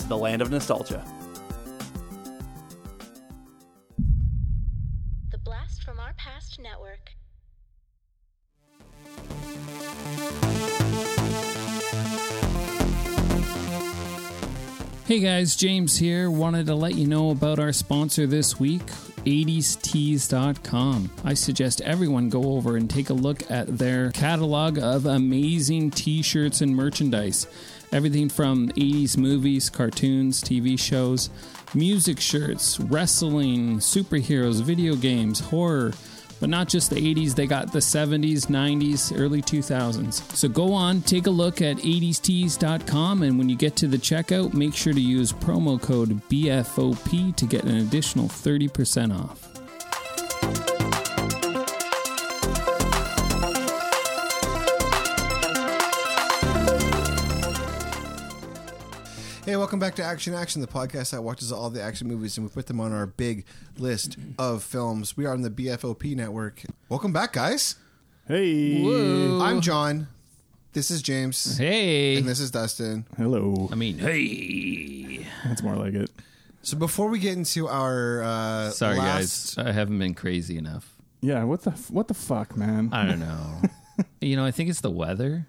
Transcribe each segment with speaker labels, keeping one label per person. Speaker 1: to the land of nostalgia.
Speaker 2: The Blast from Our Past Network.
Speaker 3: Hey guys, James here. Wanted to let you know about our sponsor this week, 80stees.com. I suggest everyone go over and take a look at their catalog of amazing t shirts and merchandise. Everything from 80s movies, cartoons, TV shows, music shirts, wrestling, superheroes, video games, horror. But not just the 80s, they got the 70s, 90s, early 2000s. So go on, take a look at 80stees.com, and when you get to the checkout, make sure to use promo code BFOP to get an additional 30% off.
Speaker 4: Hey, welcome back to Action Action, the podcast that watches all the action movies and we put them on our big list of films. We are on the BFOP network. Welcome back, guys.
Speaker 5: Hey.
Speaker 4: I'm John. This is James.
Speaker 3: Hey!
Speaker 4: And this is Dustin.
Speaker 5: Hello.
Speaker 3: I mean, hey!
Speaker 5: That's more like it.
Speaker 4: So before we get into our uh,
Speaker 6: Sorry,
Speaker 4: last,
Speaker 6: guys. I haven't been crazy enough.
Speaker 5: Yeah, what the f- what the fuck, man?
Speaker 6: I don't know. you know, I think it's the weather.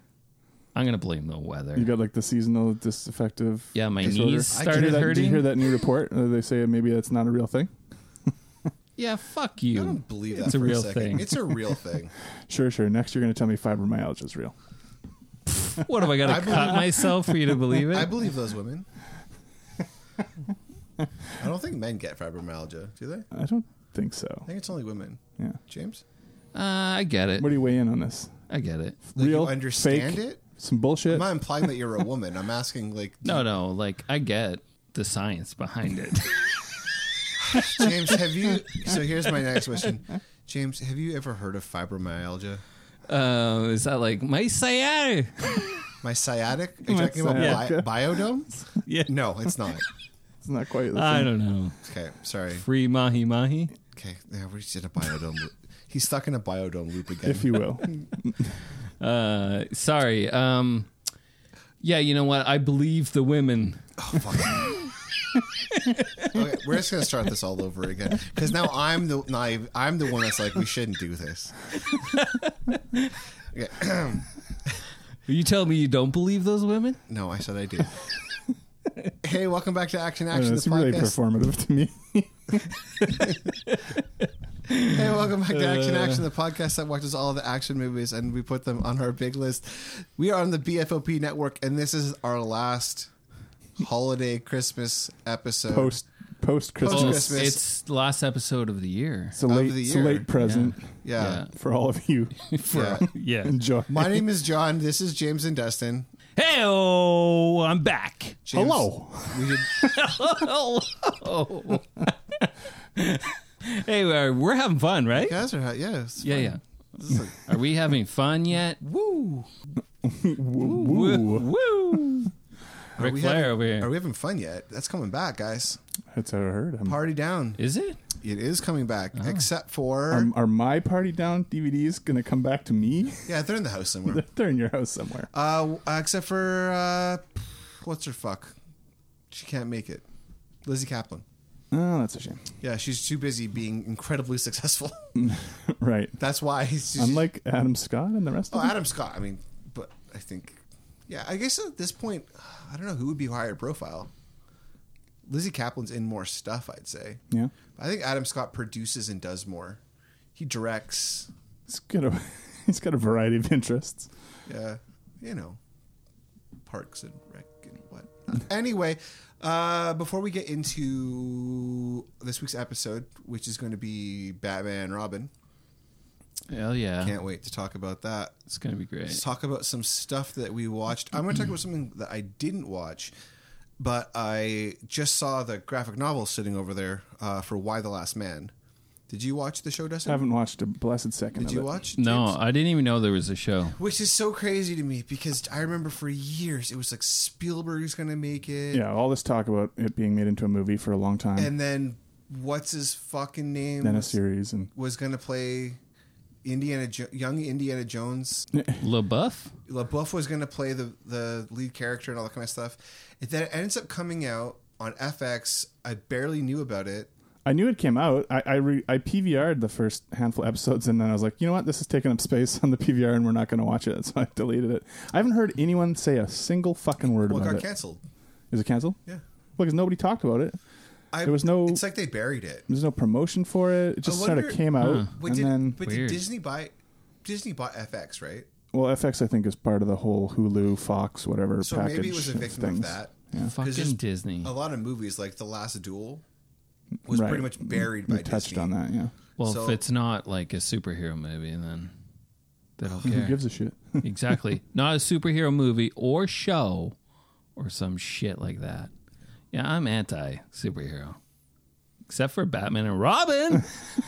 Speaker 6: I'm gonna blame the weather.
Speaker 5: you got like the seasonal disaffective.
Speaker 6: yeah, my
Speaker 5: disorder.
Speaker 6: knees
Speaker 4: I can
Speaker 6: started
Speaker 5: Did you hear that- Did you
Speaker 6: hurting.
Speaker 5: hear that new report? Uh, they say maybe that's not a real thing.
Speaker 6: Yeah, fuck
Speaker 4: I
Speaker 6: you.
Speaker 4: don't believe that
Speaker 6: It's
Speaker 4: for
Speaker 6: a real
Speaker 4: second.
Speaker 6: thing.
Speaker 4: It's a real thing.
Speaker 5: Sure, sure. Next, you're going to tell me fibromyalgia is real.
Speaker 6: What have I got
Speaker 4: I
Speaker 6: to
Speaker 4: believe-
Speaker 6: cut myself for you to believe
Speaker 4: I
Speaker 6: it?
Speaker 4: believe those women. I don't think men get fibromyalgia, do they? I
Speaker 5: I don't think so.
Speaker 4: think it's only women.
Speaker 5: Yeah.
Speaker 4: James,
Speaker 6: Uh, I get it.
Speaker 5: What do you weigh in on this?
Speaker 6: I get it.
Speaker 4: like
Speaker 5: real?
Speaker 4: you understand
Speaker 5: fake,
Speaker 4: it?
Speaker 5: Some bullshit.
Speaker 4: I'm not implying that you're a woman. I'm asking, like,
Speaker 6: No, no, like I get the science behind it.
Speaker 4: James, have you? So here's my next question. James, have you ever heard of fibromyalgia?
Speaker 6: uh, is that like my sciatic?
Speaker 4: My sciatic? Are you
Speaker 5: My
Speaker 4: talking about
Speaker 5: sciatica.
Speaker 4: bi- biodome?
Speaker 6: Yeah.
Speaker 4: No, it's not.
Speaker 5: It's not quite. the
Speaker 6: I
Speaker 5: same.
Speaker 6: don't know.
Speaker 4: Okay, sorry.
Speaker 6: Free mahi mahi.
Speaker 4: Okay, yeah, we're just in a biodome. loop. He's stuck in a biodome loop again.
Speaker 5: If you will.
Speaker 6: Uh, sorry. Um, yeah, you know what? I believe the women.
Speaker 4: Oh, fuck. okay, we're just gonna start this all over again because now I'm the naive, I'm the one that's like we shouldn't do this. Okay,
Speaker 6: You tell me you don't believe those women?
Speaker 4: no, I said I do. Hey, welcome back to Action
Speaker 5: I don't
Speaker 4: Action.
Speaker 5: know,
Speaker 4: the
Speaker 5: Oh, it's really
Speaker 4: podcast.
Speaker 5: performative to me.
Speaker 4: Hey, welcome back to
Speaker 5: Uh.
Speaker 4: Action Action, the podcast that watches all the action movies and we put them on our big list. We are on the BFOP network, and this is our last holiday Christmas episode.
Speaker 5: Post
Speaker 4: Post
Speaker 5: post Christmas.
Speaker 4: Christmas.
Speaker 6: It's it's the last episode of the year.
Speaker 5: It's a
Speaker 4: Of
Speaker 5: late,
Speaker 4: the
Speaker 5: it's a
Speaker 4: year.
Speaker 5: late present
Speaker 4: yeah.
Speaker 5: for all of you.
Speaker 4: yeah.
Speaker 6: Yeah.
Speaker 5: Enjoy.
Speaker 4: My name is John. This is James and Dustin.
Speaker 6: Hey, I'm back.
Speaker 4: James,
Speaker 5: Hello.
Speaker 4: We did,
Speaker 6: Hello. hey, we're, we're having fun, right?
Speaker 4: you guys are hot. Yeah. it's
Speaker 6: Yeah,
Speaker 4: fine.
Speaker 6: yeah.
Speaker 4: This is like-
Speaker 6: Are we having fun yet? Woo.
Speaker 5: Woo.
Speaker 6: Woo. Ric
Speaker 4: we
Speaker 6: Flair
Speaker 4: having-
Speaker 6: over here.
Speaker 4: Are we having fun yet? That's coming back, guys.
Speaker 5: That's how I heard. I'm-
Speaker 4: Party down.
Speaker 6: Is it?
Speaker 4: It is coming back,
Speaker 6: Oh.
Speaker 4: except for.
Speaker 5: Um, are my party down DVDs gonna come back to me?
Speaker 4: yeah, they're in the house somewhere.
Speaker 5: They're in your house somewhere.
Speaker 4: Uh, except for uh, what's her fuck? She can't make it. Lizzie Kaplan.
Speaker 5: Oh, that's a shame.
Speaker 4: Yeah, she's too busy being incredibly successful.
Speaker 5: Right.
Speaker 4: That's why. She's,
Speaker 5: Unlike Adam Scott and the rest
Speaker 4: oh,
Speaker 5: of them.
Speaker 4: Adam Scott. I mean, but I think, yeah, I guess at this point, I don't know who would be higher profile. Lizzie Kaplan's in more stuff, I'd say.
Speaker 5: Yeah.
Speaker 4: I think Adam Scott produces and does more. He directs.
Speaker 5: It's got a it's got a variety of interests.
Speaker 4: Yeah, uh, you know, Parks and Rec and what. anyway, uh, before we get into this week's episode, which is going to be Batman and Robin,
Speaker 6: Hell yeah.
Speaker 4: can't wait to talk about that.
Speaker 6: It's going to be great.
Speaker 4: Let's talk about some stuff that we watched. I'm going to talk about something that I didn't watch, but I just saw the graphic novel sitting over there uh, for Why the Last Man. Did you watch the show,
Speaker 5: I
Speaker 4: Dustin?
Speaker 5: haven't watched a blessed second
Speaker 4: Did
Speaker 5: of
Speaker 4: you
Speaker 5: it.
Speaker 4: watch?
Speaker 6: No,
Speaker 4: James?
Speaker 6: I didn't even know there was a show.
Speaker 4: Which is so crazy to me because I remember for years it was like Spielberg's going to make it.
Speaker 5: Yeah, all this talk about it being made into a movie for a long time,
Speaker 4: And then what's his fucking name?
Speaker 5: then a
Speaker 4: was-
Speaker 5: series, and
Speaker 4: was going to play Indiana jo- young Indiana Jones.
Speaker 6: LaBeouf?
Speaker 4: LaBeouf was going to play the the lead character and all that kind of stuff. It then ends up coming out on FX. I barely knew about it.
Speaker 5: I knew it came out. I I, re, I PVR'd the first handful of episodes, and then I was like, you know what, this is taking up space on the PVR, and we're not going to watch it, so I deleted it. I haven't heard anyone say a single fucking word
Speaker 4: Well, it
Speaker 5: about
Speaker 4: got
Speaker 5: it.
Speaker 4: canceled.
Speaker 5: Is it canceled?
Speaker 4: Yeah.
Speaker 5: Well, because nobody talked about it.
Speaker 4: I,
Speaker 5: There was no-
Speaker 4: It's like they buried it.
Speaker 5: There's no promotion for it. It just sort
Speaker 4: wonder-
Speaker 5: of came out,
Speaker 4: But
Speaker 5: and
Speaker 4: did,
Speaker 5: then
Speaker 4: but
Speaker 6: Weird.
Speaker 4: did Disney buy? Disney bought FX, right?
Speaker 5: well, FX I think is part of the whole Hulu, Fox, whatever
Speaker 4: So
Speaker 5: package.
Speaker 4: maybe it was a
Speaker 5: of
Speaker 4: victim
Speaker 5: things.
Speaker 4: of that.
Speaker 6: Fucking
Speaker 4: there's-
Speaker 6: Disney.
Speaker 4: A lot of movies, like The Last Duel, was
Speaker 5: Right.
Speaker 4: pretty much buried by
Speaker 5: We touched
Speaker 4: Disney.
Speaker 5: on that, yeah.
Speaker 6: Well,
Speaker 4: so-
Speaker 6: if it's not like a superhero movie, then they don't
Speaker 5: Who
Speaker 6: care.
Speaker 5: gives a shit?
Speaker 6: exactly. Not a superhero movie or show or some shit like that. Yeah, I'm anti superhero. Except for Batman and Robin.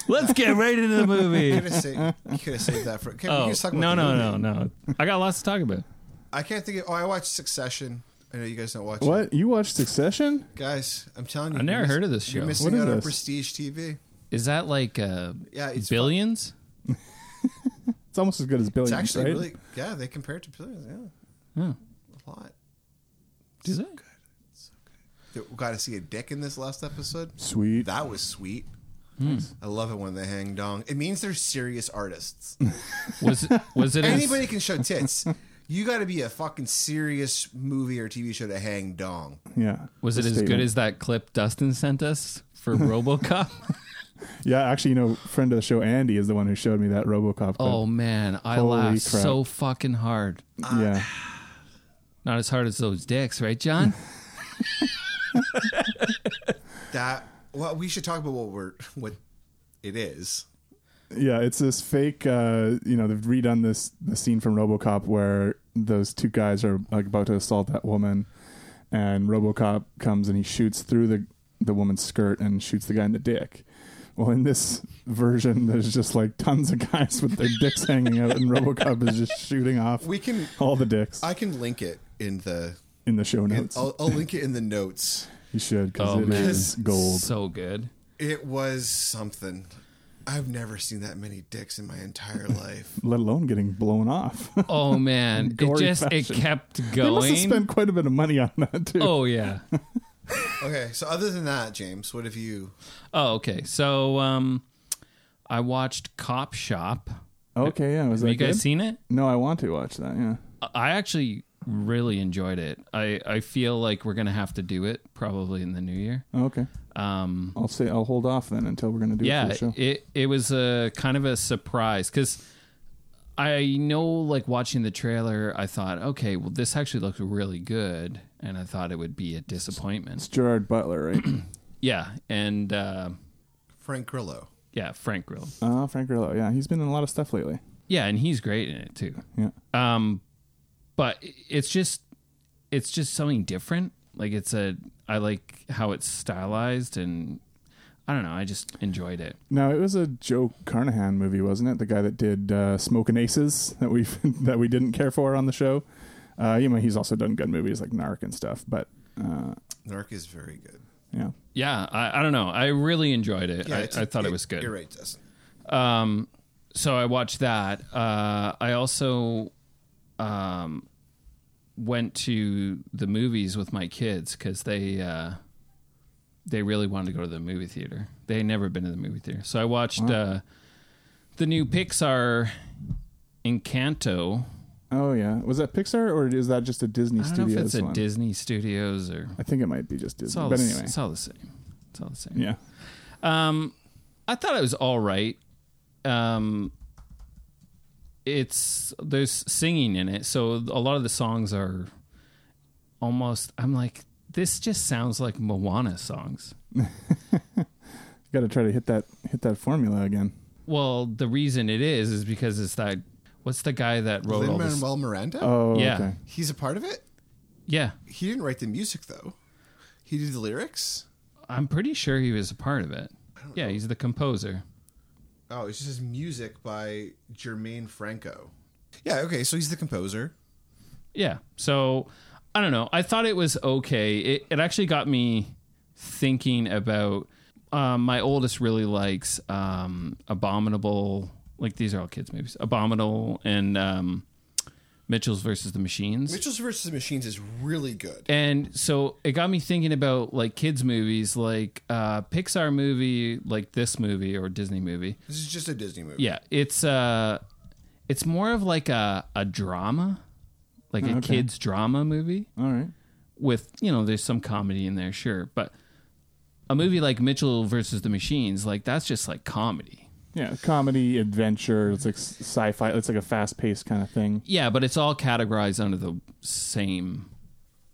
Speaker 6: Let's get right into the movie.
Speaker 4: You could have saved, you could have saved that for. Okay, we
Speaker 6: Oh,
Speaker 4: can just talk about
Speaker 6: no,
Speaker 4: the
Speaker 6: no,
Speaker 4: movie.
Speaker 6: no, no. I got lots to talk about.
Speaker 4: I can't think of. Oh, I watched Succession. I know you guys don't watch it.
Speaker 5: what you watched Succession?
Speaker 4: Guys, I'm telling you.
Speaker 6: I've never
Speaker 4: you're
Speaker 6: heard
Speaker 4: miss-
Speaker 6: of this
Speaker 4: You're
Speaker 6: show.
Speaker 4: missing
Speaker 5: What is
Speaker 4: out on
Speaker 5: this?
Speaker 4: prestige TV.
Speaker 6: Is that like uh,
Speaker 4: Yeah, it's fun.
Speaker 6: billions?
Speaker 5: It's almost as good as Billions,
Speaker 4: It's actually
Speaker 5: right?
Speaker 4: really yeah. They compare it to billions. Yeah, a lot.
Speaker 6: Is it?
Speaker 4: They- We got to see a dick in this last episode.
Speaker 5: Sweet.
Speaker 4: That was sweet.
Speaker 6: Hmm.
Speaker 4: I love it when they hang dong. It means they're serious artists.
Speaker 6: Was it, was it
Speaker 4: Anybody can show tits. You got to be a fucking serious movie or TV show to hang dong.
Speaker 5: yeah.
Speaker 6: Was it
Speaker 5: The
Speaker 6: as
Speaker 5: statement.
Speaker 6: good as that clip Dustin sent us for RoboCop?
Speaker 5: Yeah, actually, you know, friend of the show Andy is the one who showed me that RoboCop. clip.
Speaker 6: oh man, I
Speaker 5: Holy
Speaker 6: laughed
Speaker 5: crap.
Speaker 6: so fucking hard.
Speaker 4: Uh,
Speaker 5: yeah.
Speaker 6: Not as hard as those dicks, right, John?
Speaker 4: That well, we should talk about what we're what it is.
Speaker 5: Yeah, it's this fake. Uh, you know, they've redone this the scene from RoboCop where those two guys are like about to assault that woman, and RoboCop comes and he shoots through the the woman's skirt and shoots the guy in the dick. Well, in this version, there's just like tons of guys with their dicks hanging out, and RoboCop is just shooting off
Speaker 4: We can.
Speaker 5: all the dicks
Speaker 4: I can link it in the.
Speaker 5: in the show notes.
Speaker 4: I'll, I'll link it in the notes.
Speaker 5: you should because
Speaker 6: Oh,
Speaker 5: it
Speaker 6: man.
Speaker 5: is gold.
Speaker 6: So good.
Speaker 4: It was something. I've never seen that many dicks in my entire life.
Speaker 5: let alone getting blown off.
Speaker 6: Oh man, it
Speaker 5: Gory
Speaker 6: just it
Speaker 5: fashion.
Speaker 6: kept
Speaker 5: they must have
Speaker 6: going.
Speaker 5: spent quite a bit of money on that too.
Speaker 6: oh yeah.
Speaker 4: Okay, so other than that, James, what have you?
Speaker 6: Oh okay. So um, I watched Cop Shop.
Speaker 5: Okay, yeah, was
Speaker 6: Oh. Have
Speaker 5: that
Speaker 6: you guys
Speaker 5: good?
Speaker 6: seen it?
Speaker 5: No, I want to watch that. Yeah,
Speaker 6: I actually really enjoyed it. I I feel like we're gonna have to do it probably in the new year.
Speaker 5: Oh, okay.
Speaker 6: Um,
Speaker 5: I'll say I'll hold off then until we're gonna do
Speaker 6: yeah,
Speaker 5: it for the show.
Speaker 6: it it was a kind of a surprise because I know like watching the trailer, I thought, okay, well this actually looks really good, and I thought it would be a
Speaker 5: It's
Speaker 6: disappointment.
Speaker 5: Gerard Butler, right?
Speaker 6: Yeah, and uh,
Speaker 4: Frank Grillo.
Speaker 6: yeah, Frank Grill.
Speaker 5: uh, Frank Grillo. Yeah, he's been in a lot of stuff lately.
Speaker 6: Yeah, and he's great in it too.
Speaker 5: Yeah,
Speaker 6: Um, but it's just it's just something different. Like it's a I like how it's stylized and. I don't know. I just enjoyed it.
Speaker 5: now it was a Joe Carnahan movie, wasn't it? The guy that did uh, Smoke and Aces that we that we didn't care for on the show. Uh, you know, he's also done good movies like Narc and stuff, but uh,
Speaker 4: Narc is very good.
Speaker 5: yeah,
Speaker 6: Yeah, I, I don't know. I really enjoyed it. I,
Speaker 4: it's-
Speaker 6: I thought it, was good.
Speaker 4: You're right, Dustin.
Speaker 6: Um, so I watched that. Uh, I also um, went to the movies with my kids because they uh, they really wanted to go to the movie theater. They had never been to the movie theater, so I watched uh, the new Pixar Encanto.
Speaker 5: oh yeah. Was that Pixar or is that just a Disney
Speaker 6: I don't know
Speaker 5: Studios
Speaker 6: if it's
Speaker 5: one?
Speaker 6: at Disney Studios or
Speaker 5: I think it might be just
Speaker 6: it's
Speaker 5: Disney,
Speaker 6: all
Speaker 5: but
Speaker 6: the s-
Speaker 5: anyway,
Speaker 6: it's all the same. It's all the same.
Speaker 5: yeah.
Speaker 6: Um, I thought it was all right. Um, it's there's singing in it, so a lot of the songs are almost. I'm like, this just sounds like Moana songs.
Speaker 5: Got to try to hit that hit that formula again.
Speaker 6: Well, the reason it is is because it's that. What's the guy that wrote
Speaker 4: Lin
Speaker 6: all this?
Speaker 4: Manuel Miranda.
Speaker 5: Oh,
Speaker 6: Yeah.
Speaker 5: okay.
Speaker 4: He's a part of it.
Speaker 6: Yeah,
Speaker 4: He didn't write the music though. He did the lyrics.
Speaker 6: I'm pretty sure he was a part of it. Yeah, he's the composer.
Speaker 4: Oh, it's just his music by Jermaine Franco. Yeah, okay, so he's the composer.
Speaker 6: Yeah. So I don't know. I thought it was okay. It, it actually got me thinking about um, my oldest really likes um, Abominable. Like these are all kids' movies. Abominable and um, Mitchell's versus the Machines.
Speaker 4: Mitchell's versus the Machines is really good.
Speaker 6: And so it got me thinking about like kids' movies, like uh, Pixar movie, like this movie or Disney movie.
Speaker 4: This is just a Disney movie.
Speaker 6: Yeah, it's uh it's more of like a a drama, like a
Speaker 5: okay.
Speaker 6: kids drama movie
Speaker 5: All right.
Speaker 6: with, you know, there's some comedy in there, sure, but a movie like Mitchell versus the Machines, like that's just like comedy.
Speaker 5: Yeah, comedy, adventure. It's like s- sci-fi. It's like a fast-paced kind of thing.
Speaker 6: Yeah, but it's all categorized under the same,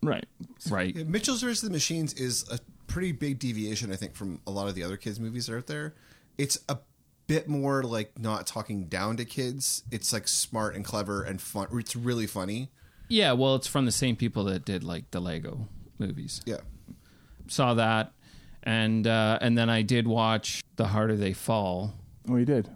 Speaker 5: Right.
Speaker 6: right?
Speaker 4: Yeah, Mitchell's versus the Machines is a pretty big deviation, I think, from a lot of the other kids' movies out there. It's a bit more like not talking down to kids. It's like smart and clever and fun. It's really funny.
Speaker 6: Yeah, well, it's from the same people that did like the Lego movies.
Speaker 4: Yeah.
Speaker 6: saw that and uh and then I did watch The Harder They Fall.
Speaker 5: Oh, you did.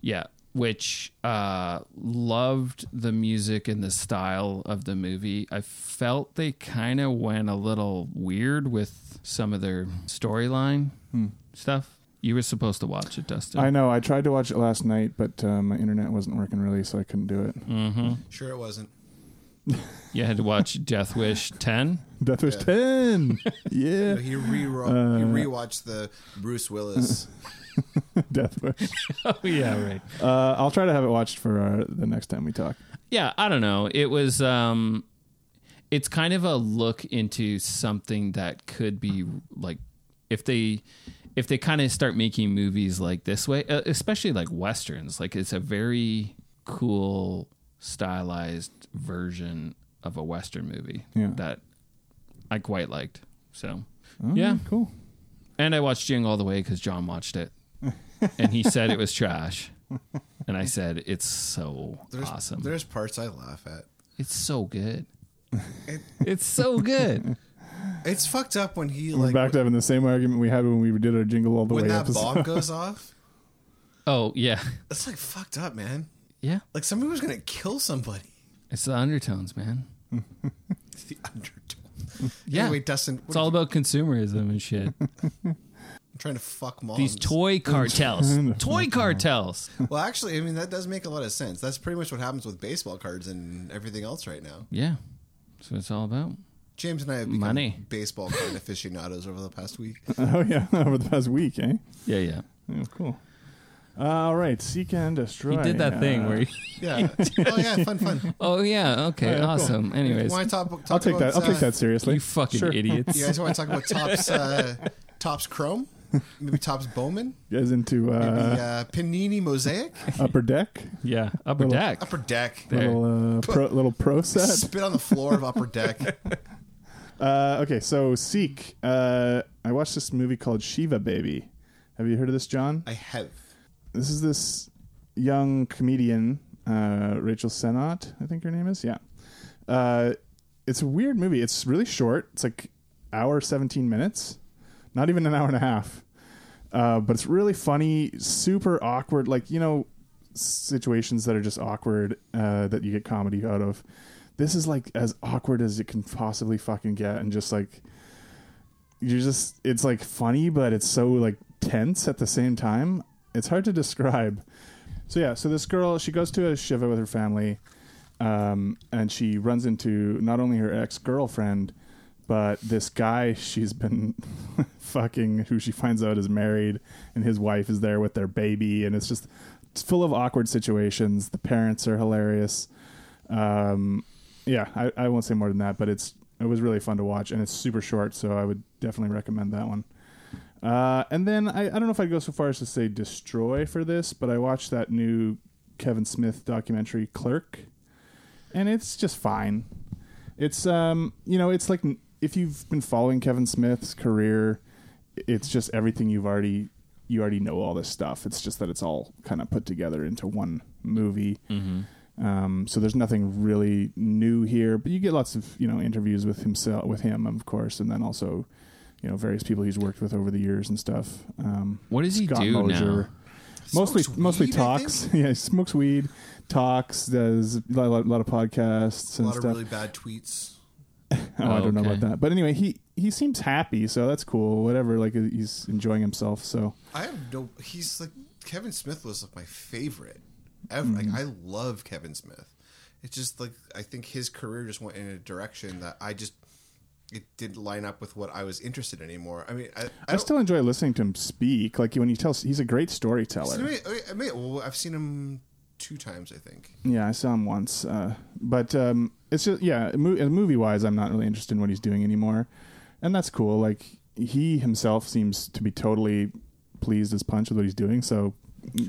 Speaker 6: Yeah, which uh loved the music and the style of the movie. I felt they kind of went a little weird with some of their storyline stuff. You were supposed to watch it, Dustin.
Speaker 5: I know. I tried to watch it last night, but uh, my internet wasn't working really, so I couldn't do it.
Speaker 6: Mm.
Speaker 4: Sure, it wasn't.
Speaker 6: you had to watch Death Wish 10.
Speaker 5: Death Wish Ten.
Speaker 4: No,
Speaker 5: yeah,
Speaker 4: he, re- he rewatched the Bruce Willis.
Speaker 5: Death Wish.
Speaker 6: Oh yeah, right.
Speaker 5: Uh, I'll try to have it watched for uh, the next time we talk.
Speaker 6: yeah i don't know it was um it's kind of a look into something that could be like if they if they kind of start making movies like this way uh, especially like westerns like it's a very cool stylized version of a western movie
Speaker 5: Yeah.
Speaker 6: that i quite liked so
Speaker 5: Mm.
Speaker 6: yeah
Speaker 5: Cool.
Speaker 6: and i watched jing all the way because john watched it and he said it was trash and i said it's so
Speaker 4: There's,
Speaker 6: awesome
Speaker 4: There's parts I laugh at.
Speaker 6: it's so good. it's so good.
Speaker 4: It's fucked up when he
Speaker 5: We're
Speaker 4: like
Speaker 5: back to having the same argument we had when we did our jingle all the
Speaker 4: when
Speaker 5: way
Speaker 4: that
Speaker 5: episode.
Speaker 4: bomb goes off.
Speaker 6: Oh yeah,
Speaker 4: It's like fucked up, man.
Speaker 6: yeah.
Speaker 4: Like somebody was gonna kill somebody.
Speaker 6: It's the undertones, man.
Speaker 4: It's the undertone.
Speaker 6: Yeah,
Speaker 4: Anyway, Dustin, what
Speaker 6: it's
Speaker 4: did
Speaker 6: all
Speaker 4: you-
Speaker 6: about consumerism and shit.
Speaker 4: I'm trying to fuck moms.
Speaker 6: These toy cartels, toy cartels.
Speaker 4: Well, actually, I mean that does make a lot of sense. That's pretty much what happens with baseball cards and everything else right now.
Speaker 6: Yeah, that's what it's all about.
Speaker 4: James and I have become
Speaker 6: Money.
Speaker 4: baseball card aficionados over the past week.
Speaker 5: Oh yeah, over the past week, eh?
Speaker 6: Yeah, yeah.
Speaker 5: Yeah, cool. all right, seek and destroy.
Speaker 6: He did that thing
Speaker 5: Uh,
Speaker 6: where. He,
Speaker 4: Yeah. oh yeah, fun, fun.
Speaker 6: oh yeah. Okay.
Speaker 5: Yeah, cool.
Speaker 6: awesome. Anyways,
Speaker 4: Want to talk, talk
Speaker 5: I'll take
Speaker 4: about,
Speaker 5: that. I'll take
Speaker 4: uh,
Speaker 5: that seriously.
Speaker 6: you fucking
Speaker 5: Sure.
Speaker 6: idiots.
Speaker 4: You guys want to talk about tops, uh, tops Chrome, maybe tops Bowman,
Speaker 5: You guys into uh,
Speaker 4: maybe uh, Panini Mosaic,
Speaker 5: upper deck?
Speaker 6: Yeah. Upper deck.
Speaker 4: Upper Deck.
Speaker 6: There.
Speaker 5: Little uh, pro, little pro set.
Speaker 4: Spit on the floor of Upper Deck.
Speaker 5: Uh, okay, so seek. Uh, I watched this movie called Shiva Baby. Have you heard of this, John?
Speaker 4: I have.
Speaker 5: this is this young comedian, uh, Rachel Sennott, I think her name is. Yeah. Uh, it's a weird movie. It's really short. It's like hour 17 minutes, not even an hour and a half. Uh, but it's really funny, super awkward. Like, you know, situations that are just awkward uh, that you get comedy out of. This is like as awkward as it can possibly fucking get and just like you're just it's like funny but it's so like tense at the same time it's hard to describe so yeah so this girl she goes to a shiva with her family um, and she runs into not only her ex-girlfriend but this guy she's been fucking who she finds out is married and his wife is there with their baby and it's just it's full of awkward situations the parents are hilarious um, yeah, I, I won't say more than that, but it's it was really fun to watch, and it's super short, so I would definitely recommend that one. Uh, and then I, I don't know if I'd go so far as to say destroy for this, but I watched that new Kevin Smith documentary Clerk, and it's just fine. It's um you know it's like n- if you've been following Kevin Smith's career, it's just everything you've already you already know all this stuff. It's just that it's all kind of put together into one movie.
Speaker 6: Mm-hmm.
Speaker 5: Um, so there's nothing really new here, but you get lots of you know interviews with himself, with him, of course, and then also you know various people he's worked with over the years and stuff. Um,
Speaker 6: What does he do now?
Speaker 5: Mostly,
Speaker 4: Smokes
Speaker 5: mostly
Speaker 4: weed, I
Speaker 5: talks. Yeah, he smokes weed, talks, does a lot, lot- lot of podcasts
Speaker 4: A
Speaker 5: and
Speaker 4: lot of
Speaker 5: stuff.
Speaker 4: really bad tweets.
Speaker 5: Oh, I don't know
Speaker 6: Okay.
Speaker 5: about that. But anyway, he he seems happy, so that's cool. Whatever, like uh, he's enjoying himself. So
Speaker 4: I have no. He's like Kevin Smith was like my favorite ever. Like I love Kevin Smith. It's just like I think his career just went in a direction that I just it didn't line up with what I was interested in anymore. I mean, I, I,
Speaker 5: I,
Speaker 4: don't-
Speaker 5: still enjoy listening to him speak. Like when he tells, he's a great storyteller.
Speaker 4: I mean, I mean, well, I've seen him two times. I think.
Speaker 5: Yeah, I saw him once, uh, but um, it's just yeah, movie wise, I'm not really interested in what he's doing anymore, and that's cool. Like he himself seems to be totally pleased as punch with what he's doing. So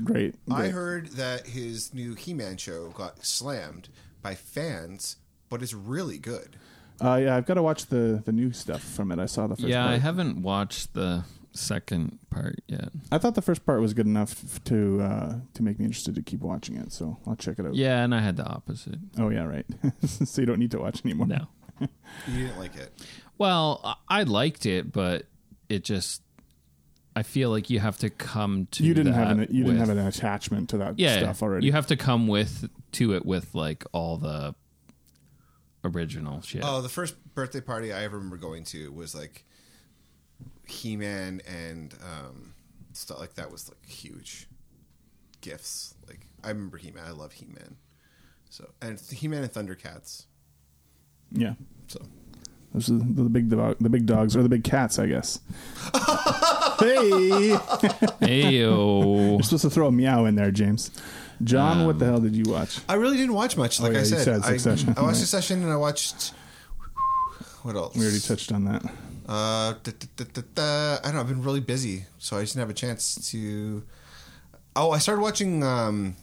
Speaker 5: great.
Speaker 4: I
Speaker 5: great.
Speaker 4: heard that his new He-Man show got slammed by fans, but it's really good.
Speaker 5: Uh, yeah, I've got to watch the the new stuff from it. I saw the first.
Speaker 6: yeah, I
Speaker 5: part.
Speaker 6: haven't watched the second part yet.
Speaker 5: I thought the first part was good enough to uh, to make me interested to keep watching it. So I'll check it out.
Speaker 6: Yeah, and I had the opposite.
Speaker 5: Oh yeah, right. so you don't need to watch anymore.
Speaker 6: No.
Speaker 4: You didn't like it.
Speaker 6: Well, I- I liked it, but it just I feel like you have to come to
Speaker 5: You didn't have an
Speaker 6: that
Speaker 5: you didn't
Speaker 6: with-
Speaker 5: have an attachment to that
Speaker 6: yeah,
Speaker 5: stuff already.
Speaker 6: You have to come with to it with like all the original shit.
Speaker 4: Oh, the first birthday party I ever remember going to was like He Man and um, stuff like that was like huge gifts. Like I remember He Man. I love He Man. So and He Man and Thundercats.
Speaker 5: yeah.
Speaker 4: So
Speaker 5: Those are the, the big dog, the big dogs or the big cats, I guess. hey, you're
Speaker 6: Ayo.
Speaker 5: supposed to throw a meow in there, James. John, what
Speaker 6: Um,
Speaker 5: the hell did you watch?
Speaker 4: I really didn't watch much. Like
Speaker 5: Oh, yeah,
Speaker 4: I
Speaker 5: you
Speaker 4: said,
Speaker 5: said
Speaker 4: I,
Speaker 5: Succession,
Speaker 4: I watched
Speaker 5: right.
Speaker 4: Succession and I watched what else?
Speaker 5: We already touched on that.
Speaker 4: Uh, da, da, da, da, da. I don't know. I've been really busy, so I just didn't have a chance to. Oh, I started watching. Um,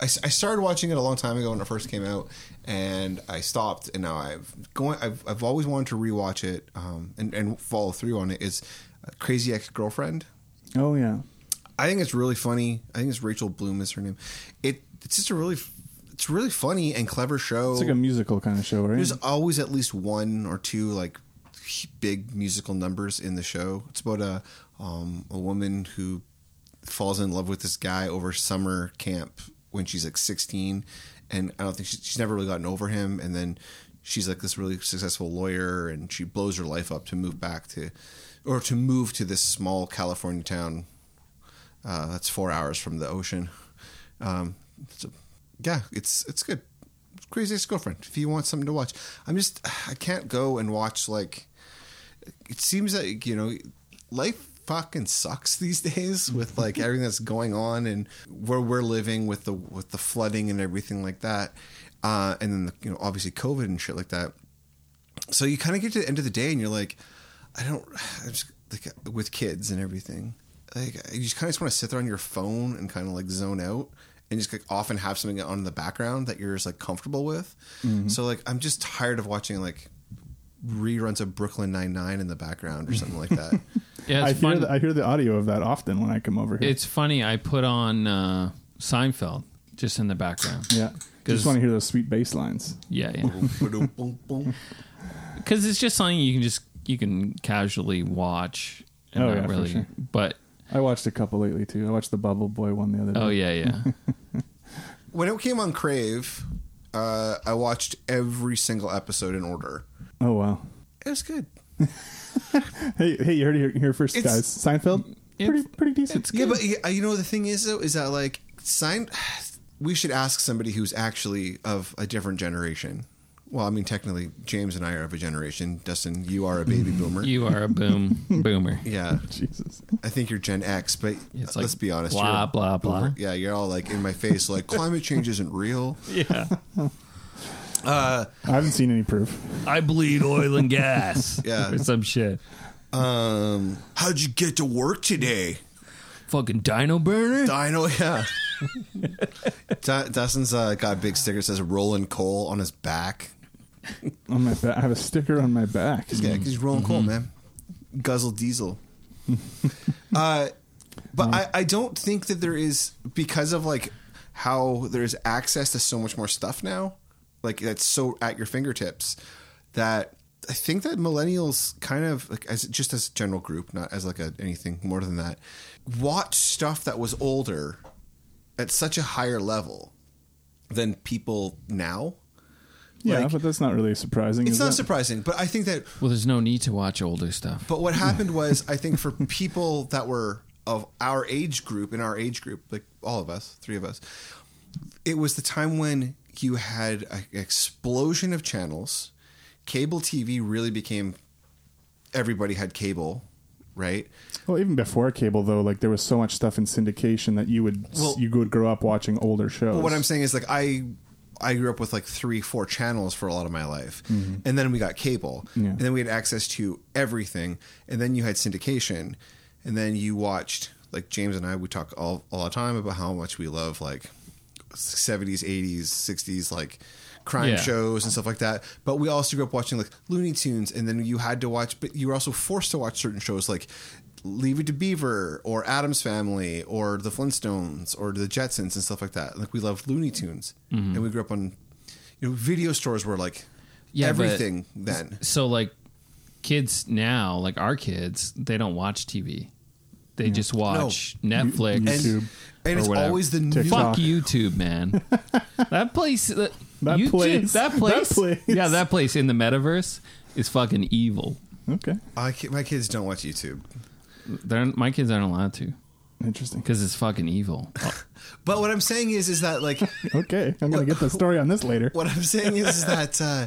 Speaker 4: I, s- I started watching it a long time ago when it first came out, and I stopped. And now I've going. I've, I've always wanted to rewatch it um, and, and follow through on it. Is Crazy Ex Girlfriend?
Speaker 5: Oh yeah,
Speaker 4: I think it's really funny. I think it's Rachel Bloom is her name. It it's just a really f- it's really funny and clever show.
Speaker 5: it's like a musical kind of show, right?
Speaker 4: Oh. There's always at least one or two like big musical numbers in the show. It's about a um, a woman who falls in love with this guy over summer camp when she's like 16, and I don't think she, she's never really gotten over him. And then she's like this really successful lawyer, and she blows her life up to move back to, or to move to this small California town uh, that's four hours from the ocean. Um, so, yeah, it's it's good. Crazy ex-girlfriend. If you want something to watch, I'm just I can't go and watch like. It seems like you know, life fucking sucks these days with like everything that's going on and where we're living with the with the flooding and everything like that, uh, and then the, you know obviously COVID and shit like that so you kind of get to the end of the day and you're like, I don't, I'm just like with kids and everything. Like you just kind of just want to sit there on your phone and kind of like zone out and just like often have something on in the background that you're just like comfortable with. So like I'm just tired of watching like reruns of Brooklyn Nine Nine in the background or something like that.
Speaker 6: Yeah,
Speaker 5: I
Speaker 6: it's
Speaker 5: hear
Speaker 6: fun.
Speaker 5: the, I hear the audio of that often when I come over here.
Speaker 6: it's funny. I put on uh, Seinfeld just in the background.
Speaker 5: yeah, just want to hear those sweet bass lines.
Speaker 6: Yeah, yeah.
Speaker 4: Boom, boom, boom.
Speaker 6: because it's just something you can just you can casually watch and
Speaker 5: Oh,
Speaker 6: not
Speaker 5: yeah, for
Speaker 6: really
Speaker 5: sure.
Speaker 6: but
Speaker 5: I watched a couple lately too. I watched the Bubble Boy one the other day.
Speaker 6: oh yeah yeah
Speaker 4: when it came on Crave, uh, I watched every single episode in order.
Speaker 5: Oh wow.
Speaker 4: It was good.
Speaker 5: Hey, hey, you heard it here, here first,
Speaker 4: It's-
Speaker 5: guys. Seinfeld, pretty, pretty decent.
Speaker 4: Yeah, but yeah, you know the thing is though is that like sign. We should ask somebody who's actually of a different generation. Well, I mean, technically, James and I are of a generation. Dustin, you are a baby boomer.
Speaker 6: you are a boom boomer
Speaker 4: yeah,
Speaker 5: Jesus.
Speaker 4: I think you're Gen X, but
Speaker 6: It's like
Speaker 4: let's be honest.
Speaker 6: blah,
Speaker 4: you're a
Speaker 6: blah, blah.
Speaker 4: boomer. Yeah, you're all like in my face, like climate change isn't real.
Speaker 6: yeah
Speaker 5: I haven't seen any proof.
Speaker 6: i bleed oil and gas
Speaker 4: Yeah.
Speaker 6: or some shit
Speaker 4: Um, how'd you get to work today?
Speaker 6: fucking dino burner
Speaker 4: Dino, yeah. Du- Dustin's uh, got a big sticker that says "Rolling Coal" on his back.
Speaker 5: On my back, I have a sticker on my back.
Speaker 4: This guy, he's rolling coal, man. Guzzle diesel. uh, but I, I don't think that there is because of like how there's access to so much more stuff now, like that's so at your fingertips that I think that millennials kind of like as just as a general group, not as like a, anything more than that, watch stuff that was older at such a higher level than people now.
Speaker 5: yeah,
Speaker 4: Like-
Speaker 5: but that's not really surprising.
Speaker 4: It's
Speaker 5: is
Speaker 4: not
Speaker 5: it?
Speaker 4: surprising, but I think that
Speaker 6: Well, there's no need to watch older stuff.
Speaker 4: But what happened was, I think for people that were of our age group, in our age group, like all of us, three of us, it was the time when you had an explosion of channels. Cable TV really became, everybody had cable, right?
Speaker 5: Well, even before cable, though, like there was so much stuff in syndication that you would
Speaker 4: Well-
Speaker 5: you would grow up watching older shows.
Speaker 4: But what I'm saying is, like, I. I grew up with like three, four channels for a lot of my life. And then we got cable.
Speaker 5: Mm-hmm. Yeah.
Speaker 4: And then we had access to everything. And then you had syndication. And then you watched, like James and I, we talk all, all the time about how much we love like 70s, 80s, 60s, like crime
Speaker 6: Yeah.
Speaker 4: shows and stuff like that. But we also grew up watching like Looney Tunes. And then you had to watch, but you were also forced to watch certain shows like. Leave it to Beaver or Adam's Family or the Flintstones or the Jetsons and stuff like that. Like we loved Looney Tunes
Speaker 6: Mm-hmm.
Speaker 4: and we grew up on, you know, video stores were like
Speaker 6: Yeah, but-
Speaker 4: everything then.
Speaker 6: So like kids now, like our kids, they don't watch TV. They just watch Netflix.
Speaker 5: You- YouTube.
Speaker 4: And
Speaker 6: or
Speaker 4: it's
Speaker 6: whatever.
Speaker 4: always the new
Speaker 5: TikTok.
Speaker 6: Fuck YouTube, man. that place. That,
Speaker 5: That
Speaker 6: YouTube-
Speaker 5: place.
Speaker 6: That
Speaker 5: That
Speaker 6: place.
Speaker 5: place.
Speaker 6: Yeah, that place in the metaverse is fucking evil.
Speaker 5: okay,
Speaker 4: I, ki- my kids don't watch YouTube.
Speaker 6: They're, my kids aren't allowed to
Speaker 5: interesting.
Speaker 6: because it's fucking evil.
Speaker 4: But what I'm saying is, is that like
Speaker 5: Okay, I'm gonna get the story on this later.
Speaker 4: what I'm saying is, is that uh,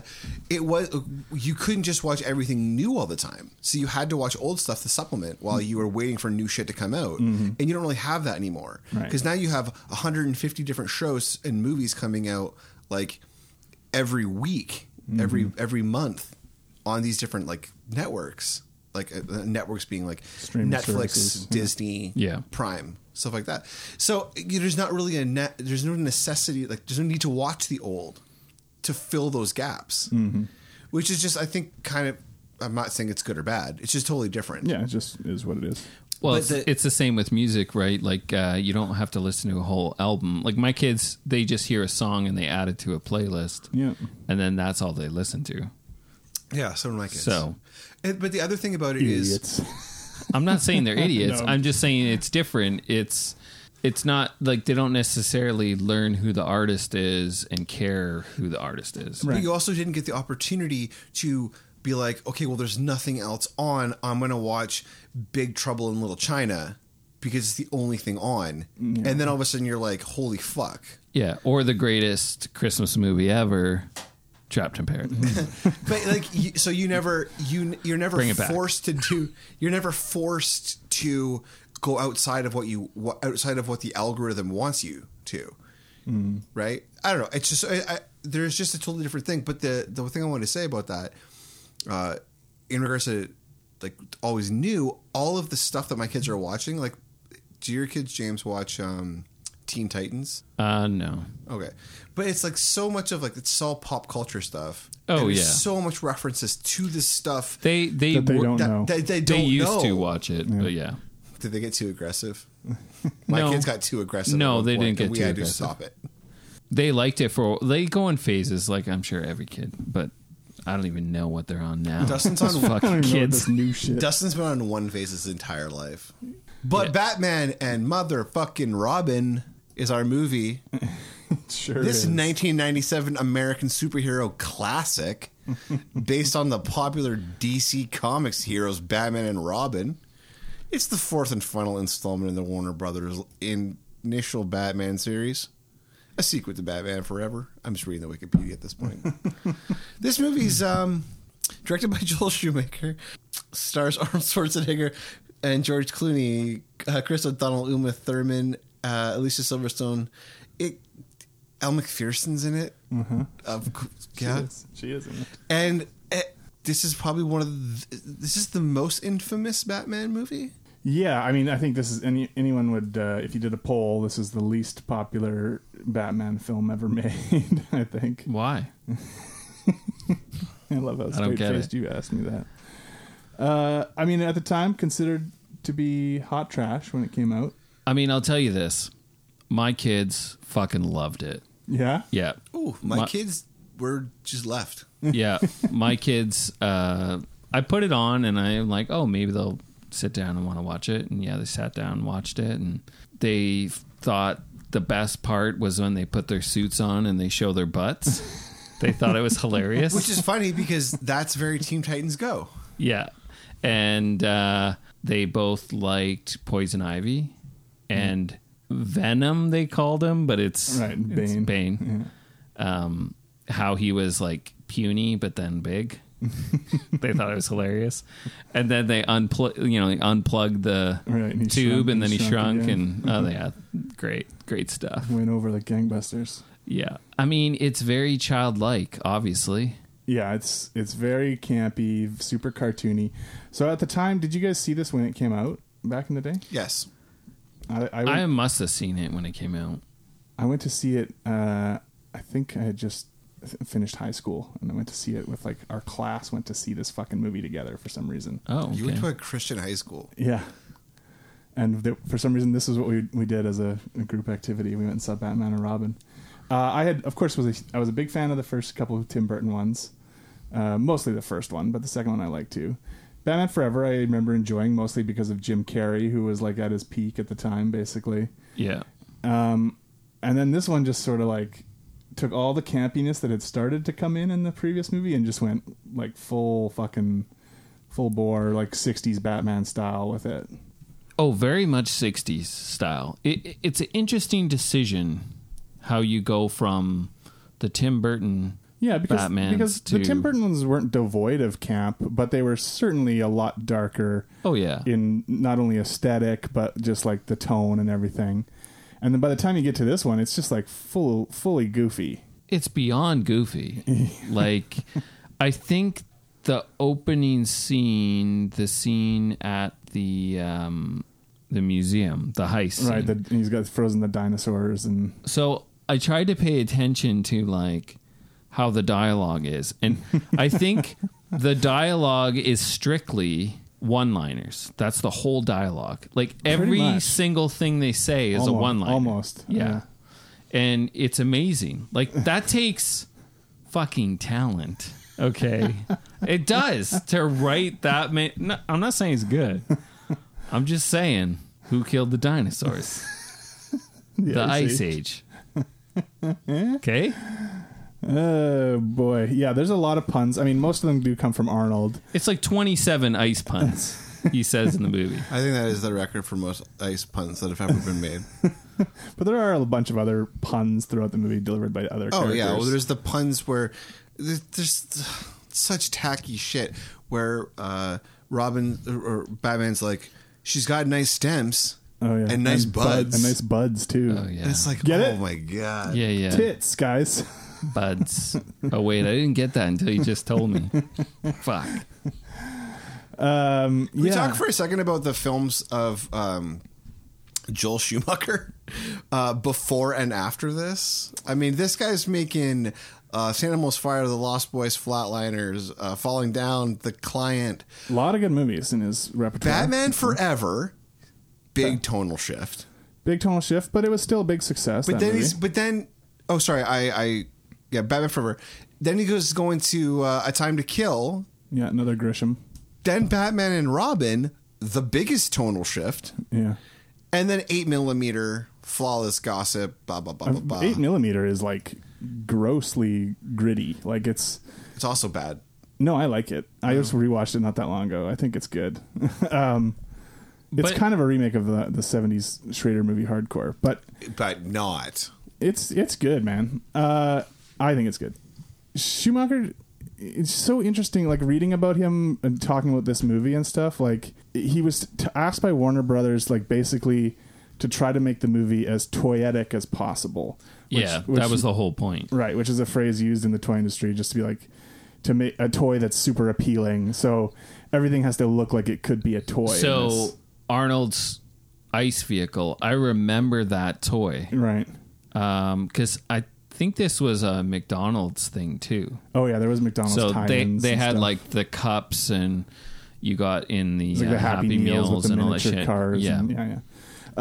Speaker 4: it was you couldn't just watch everything new all the time. So you had to watch old stuff to supplement
Speaker 5: Mm-hmm.
Speaker 4: while you were waiting for new shit to come out, and you don't really have that anymore
Speaker 5: Right.
Speaker 4: because now you have 150 different shows and movies coming out like every week,
Speaker 5: Mm-hmm.
Speaker 4: every every month on these different like networks. Like uh, uh, networks being like
Speaker 5: Streaming
Speaker 4: Netflix,
Speaker 5: services.
Speaker 4: Disney,
Speaker 6: Yeah.
Speaker 4: Prime, stuff like that. So you there's not really a net. There's no necessity. Like there's no need to watch the old to fill those gaps, which is just I think kind of. I'm not saying it's good or bad. It's just totally different.
Speaker 5: Yeah, it just is what it is.
Speaker 6: Well,
Speaker 4: But
Speaker 6: it's,
Speaker 4: the-
Speaker 6: it's the same with music, right? Like uh, you don't have to listen to a whole album. Like my kids, they just hear a song and they add it to a playlist,
Speaker 5: Yeah.
Speaker 6: and then that's all they listen to.
Speaker 4: yeah. So like it.
Speaker 6: So
Speaker 4: And- but the other thing about it is,
Speaker 5: Idiots.
Speaker 6: I'm not saying they're idiots.
Speaker 5: No.
Speaker 6: I'm just saying it's different. It's it's not like they don't necessarily learn who the artist is and care who the artist is.
Speaker 4: but you also didn't get the opportunity to be like, okay, well, there's nothing else on. I'm gonna watch Big Trouble in Little China because it's the only thing on. And then all of a sudden you're like, holy fuck.
Speaker 6: Yeah, or the greatest Christmas movie ever, Trapped in Paradise.
Speaker 4: but like you, so you never you you're never
Speaker 6: Bring it back.
Speaker 4: forced to do you're never forced to go outside of what you what, outside of what the algorithm wants you to
Speaker 6: Mm.
Speaker 4: right i don't know it's just I, I, there's just a totally different thing but the the thing i want to say about that uh in regards to like always new all of the stuff that my kids are watching like do your kids james watch um teen titans
Speaker 6: uh, no.
Speaker 4: Okay, but it's like so much of like it's all pop culture stuff.
Speaker 6: Oh,
Speaker 4: And there's
Speaker 6: yeah.
Speaker 4: so much references to this stuff
Speaker 6: They they
Speaker 5: That they
Speaker 6: were-
Speaker 5: don't
Speaker 4: that,
Speaker 5: know.
Speaker 4: that
Speaker 6: they
Speaker 4: they don't
Speaker 6: used
Speaker 4: know.
Speaker 6: to watch it, but yeah.
Speaker 4: Did they get too aggressive? My
Speaker 6: No.
Speaker 4: kids got too aggressive.
Speaker 6: No,
Speaker 4: at one
Speaker 6: they
Speaker 4: point,
Speaker 6: didn't get
Speaker 4: and we
Speaker 6: too
Speaker 4: had
Speaker 6: aggressive.
Speaker 4: to stop it.
Speaker 6: they liked it for they go in phases like i'm sure every kid but i don't even know what they're on now
Speaker 4: Dustin's
Speaker 6: Those
Speaker 4: on-
Speaker 5: I
Speaker 6: fucking
Speaker 5: don't even know what this
Speaker 6: kids
Speaker 5: new shit.
Speaker 4: Dustin's been on one phase his entire life, but Batman and motherfucking Robin is our movie.
Speaker 5: sure
Speaker 4: This
Speaker 5: is.
Speaker 4: 1997 American superhero classic, based on the popular DC Comics heroes Batman and Robin. It's the fourth and final installment in the Warner Brothers initial Batman series. A sequel to Batman Forever. I'm just reading the Wikipedia at this point. this movie's um, directed by Joel Schumacher, stars Arnold Schwarzenegger and George Clooney, uh, Chris O'Donnell, Uma Thurman, uh, Alicia Silverstone. It, Elle McPherson's in it. Of cou- yeah,
Speaker 5: She is. She is in it.
Speaker 4: and eh, this is probably one of the, this is the most infamous Batman movie.
Speaker 5: Yeah, I mean, I think this is any anyone would uh, if you did a poll, this is the least popular Batman film ever made. I think.
Speaker 6: why
Speaker 5: I love how
Speaker 6: I don't
Speaker 5: straight
Speaker 6: get
Speaker 5: faced
Speaker 6: it.
Speaker 5: you asked me that. Uh, I mean, at the time, considered to be hot trash when it came out.
Speaker 6: i mean i'll tell you this my kids fucking loved it
Speaker 5: Yeah,
Speaker 6: yeah
Speaker 4: Ooh, my,
Speaker 6: My-
Speaker 4: kids we're just left.
Speaker 6: yeah my kids uh i put it on and i'm like oh maybe they'll sit down and want to watch it and yeah they sat down and watched it and they thought the best part was when they put their suits on and they show their butts they thought it was hilarious
Speaker 4: Which is funny because that's very Team Titans Go.
Speaker 6: yeah and uh they both liked poison ivy and venom they called him but it's
Speaker 5: Right,
Speaker 6: it's
Speaker 5: Bane.
Speaker 6: bane um how he was like puny but then big they thought it was hilarious, and then they unplug, you know, they unplugged the
Speaker 5: Right, and he
Speaker 6: tube,
Speaker 5: shrunk
Speaker 6: and then he shrunk,
Speaker 5: again. Mm-hmm.
Speaker 6: and oh yeah, great, great stuff.
Speaker 5: Went over the gangbusters.
Speaker 6: Yeah, I mean, it's very childlike, obviously.
Speaker 5: Yeah, it's it's very campy, super cartoony. So at the time, did you guys see this when it came out back in the day?
Speaker 4: Yes.
Speaker 5: I I went,
Speaker 6: I must have seen it when it came out.
Speaker 5: I went to see it. Uh, I think I had just f- finished high school, and I went to see it with like our class went to see this fucking movie together for some reason.
Speaker 6: Oh,
Speaker 4: You went
Speaker 6: okay.
Speaker 4: to a Christian high school.
Speaker 5: Yeah. And th- for some reason, this is what we we did as a, a group activity. We went and saw Batman and Robin. Uh, I had, of course, was a, I was a big fan of the first couple of Tim Burton ones, uh, mostly the first one, but the second one I liked too. Batman Forever, I remember enjoying mostly because of Jim Carrey, who was like at his peak at the time, basically.
Speaker 6: yeah,
Speaker 5: Um, And then this one just sort of like took all the campiness that had started to come in in the previous movie and just went like full fucking full bore, like '60s Batman style with it.
Speaker 6: Oh, very much 60s style. It, it's an interesting decision how you go from the Tim Burton
Speaker 5: Yeah, because
Speaker 6: Batmans
Speaker 5: because
Speaker 6: to-
Speaker 5: the Tim Burton ones weren't devoid of camp, but they were certainly a lot darker
Speaker 6: Oh, yeah.
Speaker 5: in not only aesthetic but just like the tone and everything. And then by the time you get to this one, it's just like full fully goofy.
Speaker 6: it's beyond goofy. like, I think the opening scene, the scene at the um, the museum, the heist.
Speaker 5: Right,
Speaker 6: scene.
Speaker 5: the, he's got frozen the dinosaurs and
Speaker 6: so I tried to pay attention to like how the dialogue is, and I think the dialogue is strictly one-liners. That's the whole dialogue. Like every
Speaker 5: much.
Speaker 6: single thing they say is a
Speaker 5: Almo-
Speaker 6: one-liner.
Speaker 5: almost,
Speaker 6: yeah. And it's amazing. Like that takes fucking talent. Okay, it does to write that. Ma- no, I'm not saying it's good. I'm just saying who killed the dinosaurs
Speaker 5: the,
Speaker 6: the Ice Age. okay,
Speaker 5: Oh boy, yeah. There's a lot of puns. I mean, most of them do come from Arnold.
Speaker 6: it's like 27 ice puns. He says in the movie.
Speaker 4: I think that is the record for most ice puns that have ever been made.
Speaker 5: But there are a bunch of other puns throughout the movie delivered by other
Speaker 4: Oh
Speaker 5: characters.
Speaker 4: yeah, well, there's the puns where there's, there's such tacky shit where uh, Robin or Batman's like, she's got nice stems
Speaker 5: Oh, yeah.
Speaker 4: and nice
Speaker 5: bud-
Speaker 4: buds,
Speaker 5: and nice buds too.
Speaker 6: Oh yeah,
Speaker 4: And it's like,
Speaker 5: Get
Speaker 4: oh
Speaker 5: it?
Speaker 4: my god,
Speaker 6: yeah, yeah.
Speaker 5: Tits, guys.
Speaker 6: Buds. Oh wait, I didn't get that until you just told me. Fuck.
Speaker 5: Um,
Speaker 4: Can
Speaker 5: yeah.
Speaker 4: we talk for a second about the films of um, Joel Schumacher uh, before and after this? I mean, this guy's making uh, Santa's Fire, The Lost Boys, Flatliners, uh, Falling Down, The Client,
Speaker 5: a lot of good movies in his repertoire.
Speaker 4: Batman Forever, big tonal shift.
Speaker 5: big tonal shift, but it was still a big success.
Speaker 4: But
Speaker 5: that
Speaker 4: then
Speaker 5: movie.
Speaker 4: he's but then oh sorry I I yeah Batman Forever. Then he goes going to uh, A Time to Kill.
Speaker 5: yeah, another Grisham.
Speaker 4: Then Batman and Robin, the biggest tonal shift.
Speaker 5: Yeah,
Speaker 4: And then eight millimeter, flawless gossip, blah blah blah blah blah.
Speaker 5: eight millimeter is like grossly gritty. Like it's
Speaker 4: It's also bad.
Speaker 5: no, I like it. I just rewatched it not that long ago. I think it's good. um, it's
Speaker 6: But-
Speaker 5: kind of a remake of the the seventies Schrader movie Hardcore, but
Speaker 4: But not.
Speaker 5: it's it's good, man. Uh, I think it's good. Schumacher, it's so interesting. Like reading about him and talking about this movie and stuff. Like he was t- asked by Warner Brothers, like basically to try to make the movie as toyetic as possible. which-
Speaker 6: yeah,
Speaker 5: which-
Speaker 6: that was the whole point.
Speaker 5: right, which is a phrase used in the toy industry just to be like to make a toy that's super appealing. So everything has to look like it could be a toy. in
Speaker 6: So
Speaker 5: this.
Speaker 6: Arnold's ice vehicle. I remember that toy
Speaker 5: right.
Speaker 6: because I think this was a McDonald's thing too.
Speaker 5: Oh yeah, there was McDonald's.
Speaker 6: so they
Speaker 5: tie-ins
Speaker 6: they
Speaker 5: and
Speaker 6: had
Speaker 5: stuff.
Speaker 6: like the cups and you got in the,
Speaker 5: It's like
Speaker 6: uh,
Speaker 5: the Happy, Meals, with the
Speaker 6: and all that
Speaker 5: miniature
Speaker 6: shit.
Speaker 5: cars.
Speaker 6: Yeah.
Speaker 5: and, yeah, yeah.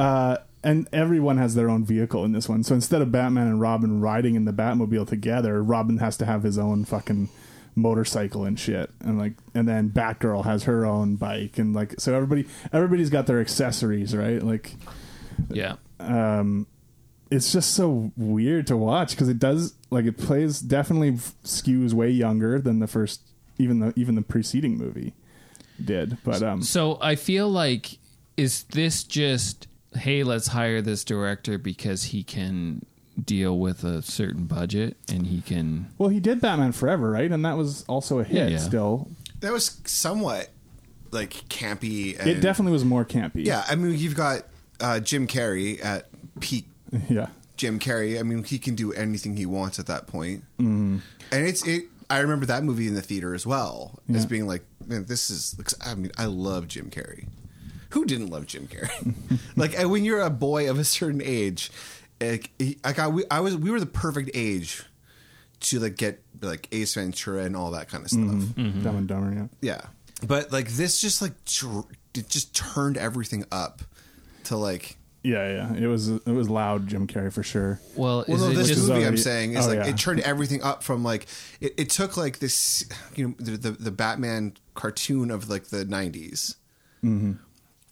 Speaker 5: Uh, and everyone has their own vehicle in this one. So instead of Batman and Robin riding in the Batmobile together, Robin has to have his own fucking motorcycle and shit. And like and then Batgirl has her own bike and like so everybody everybody's got their accessories, right? Like
Speaker 6: Yeah.
Speaker 5: it's just so weird to watch because it does like it plays definitely f- skews way younger than the first even the even the preceding movie did but um
Speaker 6: So I feel like is this just hey, let's hire this director because he can deal with a certain budget and he can
Speaker 5: well he did batman forever right and that was also a hit
Speaker 6: Yeah.
Speaker 5: still
Speaker 4: That was somewhat like campy. And,
Speaker 5: it definitely was more campy
Speaker 4: Yeah, I mean, you've got uh, Jim Carrey at peak.
Speaker 5: yeah
Speaker 4: Jim Carrey. I mean, he can do anything he wants at that point. And it's it. I remember that movie in the theater as well as
Speaker 5: Yeah.
Speaker 4: being like, man, this is. I mean, I love Jim Carrey. Who didn't love Jim Carrey? like and when you're a boy of a certain age, like, he- like I, we, I was, we were the perfect age to like get like Ace Ventura and all that kind of stuff.
Speaker 6: Mm-hmm.
Speaker 5: dumb and dumber yeah
Speaker 4: Yeah, but like this just like tr- it just turned everything up to like.
Speaker 5: yeah yeah it was it was loud jim carrey for sure
Speaker 6: well,
Speaker 4: Well,
Speaker 6: is
Speaker 4: no,
Speaker 6: it
Speaker 4: this
Speaker 6: just
Speaker 4: movie I'm
Speaker 5: already-
Speaker 4: saying is
Speaker 5: oh,
Speaker 4: like
Speaker 5: yeah.
Speaker 4: it turned everything up from like it, it took like this you know the, the the Batman cartoon of like the 90s,
Speaker 5: Mm-hmm.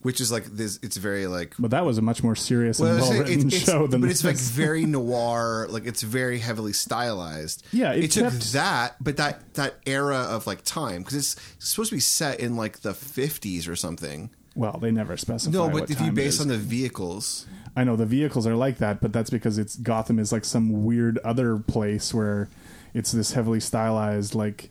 Speaker 4: which is like this. It's very like
Speaker 5: but that was a much more serious
Speaker 4: well,
Speaker 5: and
Speaker 4: I was
Speaker 5: well
Speaker 4: saying it's-
Speaker 5: written
Speaker 4: it's-
Speaker 5: show than
Speaker 4: but
Speaker 5: this
Speaker 4: it's like
Speaker 5: is.
Speaker 4: very noir. Like it's very heavily stylized.
Speaker 5: Yeah,
Speaker 4: it,
Speaker 5: it
Speaker 4: took
Speaker 5: kept-
Speaker 4: that, but that that era of like time because it's supposed to be set in like the 50s or something.
Speaker 5: well they never specify
Speaker 4: No,
Speaker 5: what
Speaker 4: but if you
Speaker 5: time it
Speaker 4: base
Speaker 5: is.
Speaker 4: on the vehicles,
Speaker 5: I know the vehicles are like that, but that's because it's Gotham is like some weird other place where it's this heavily stylized, like,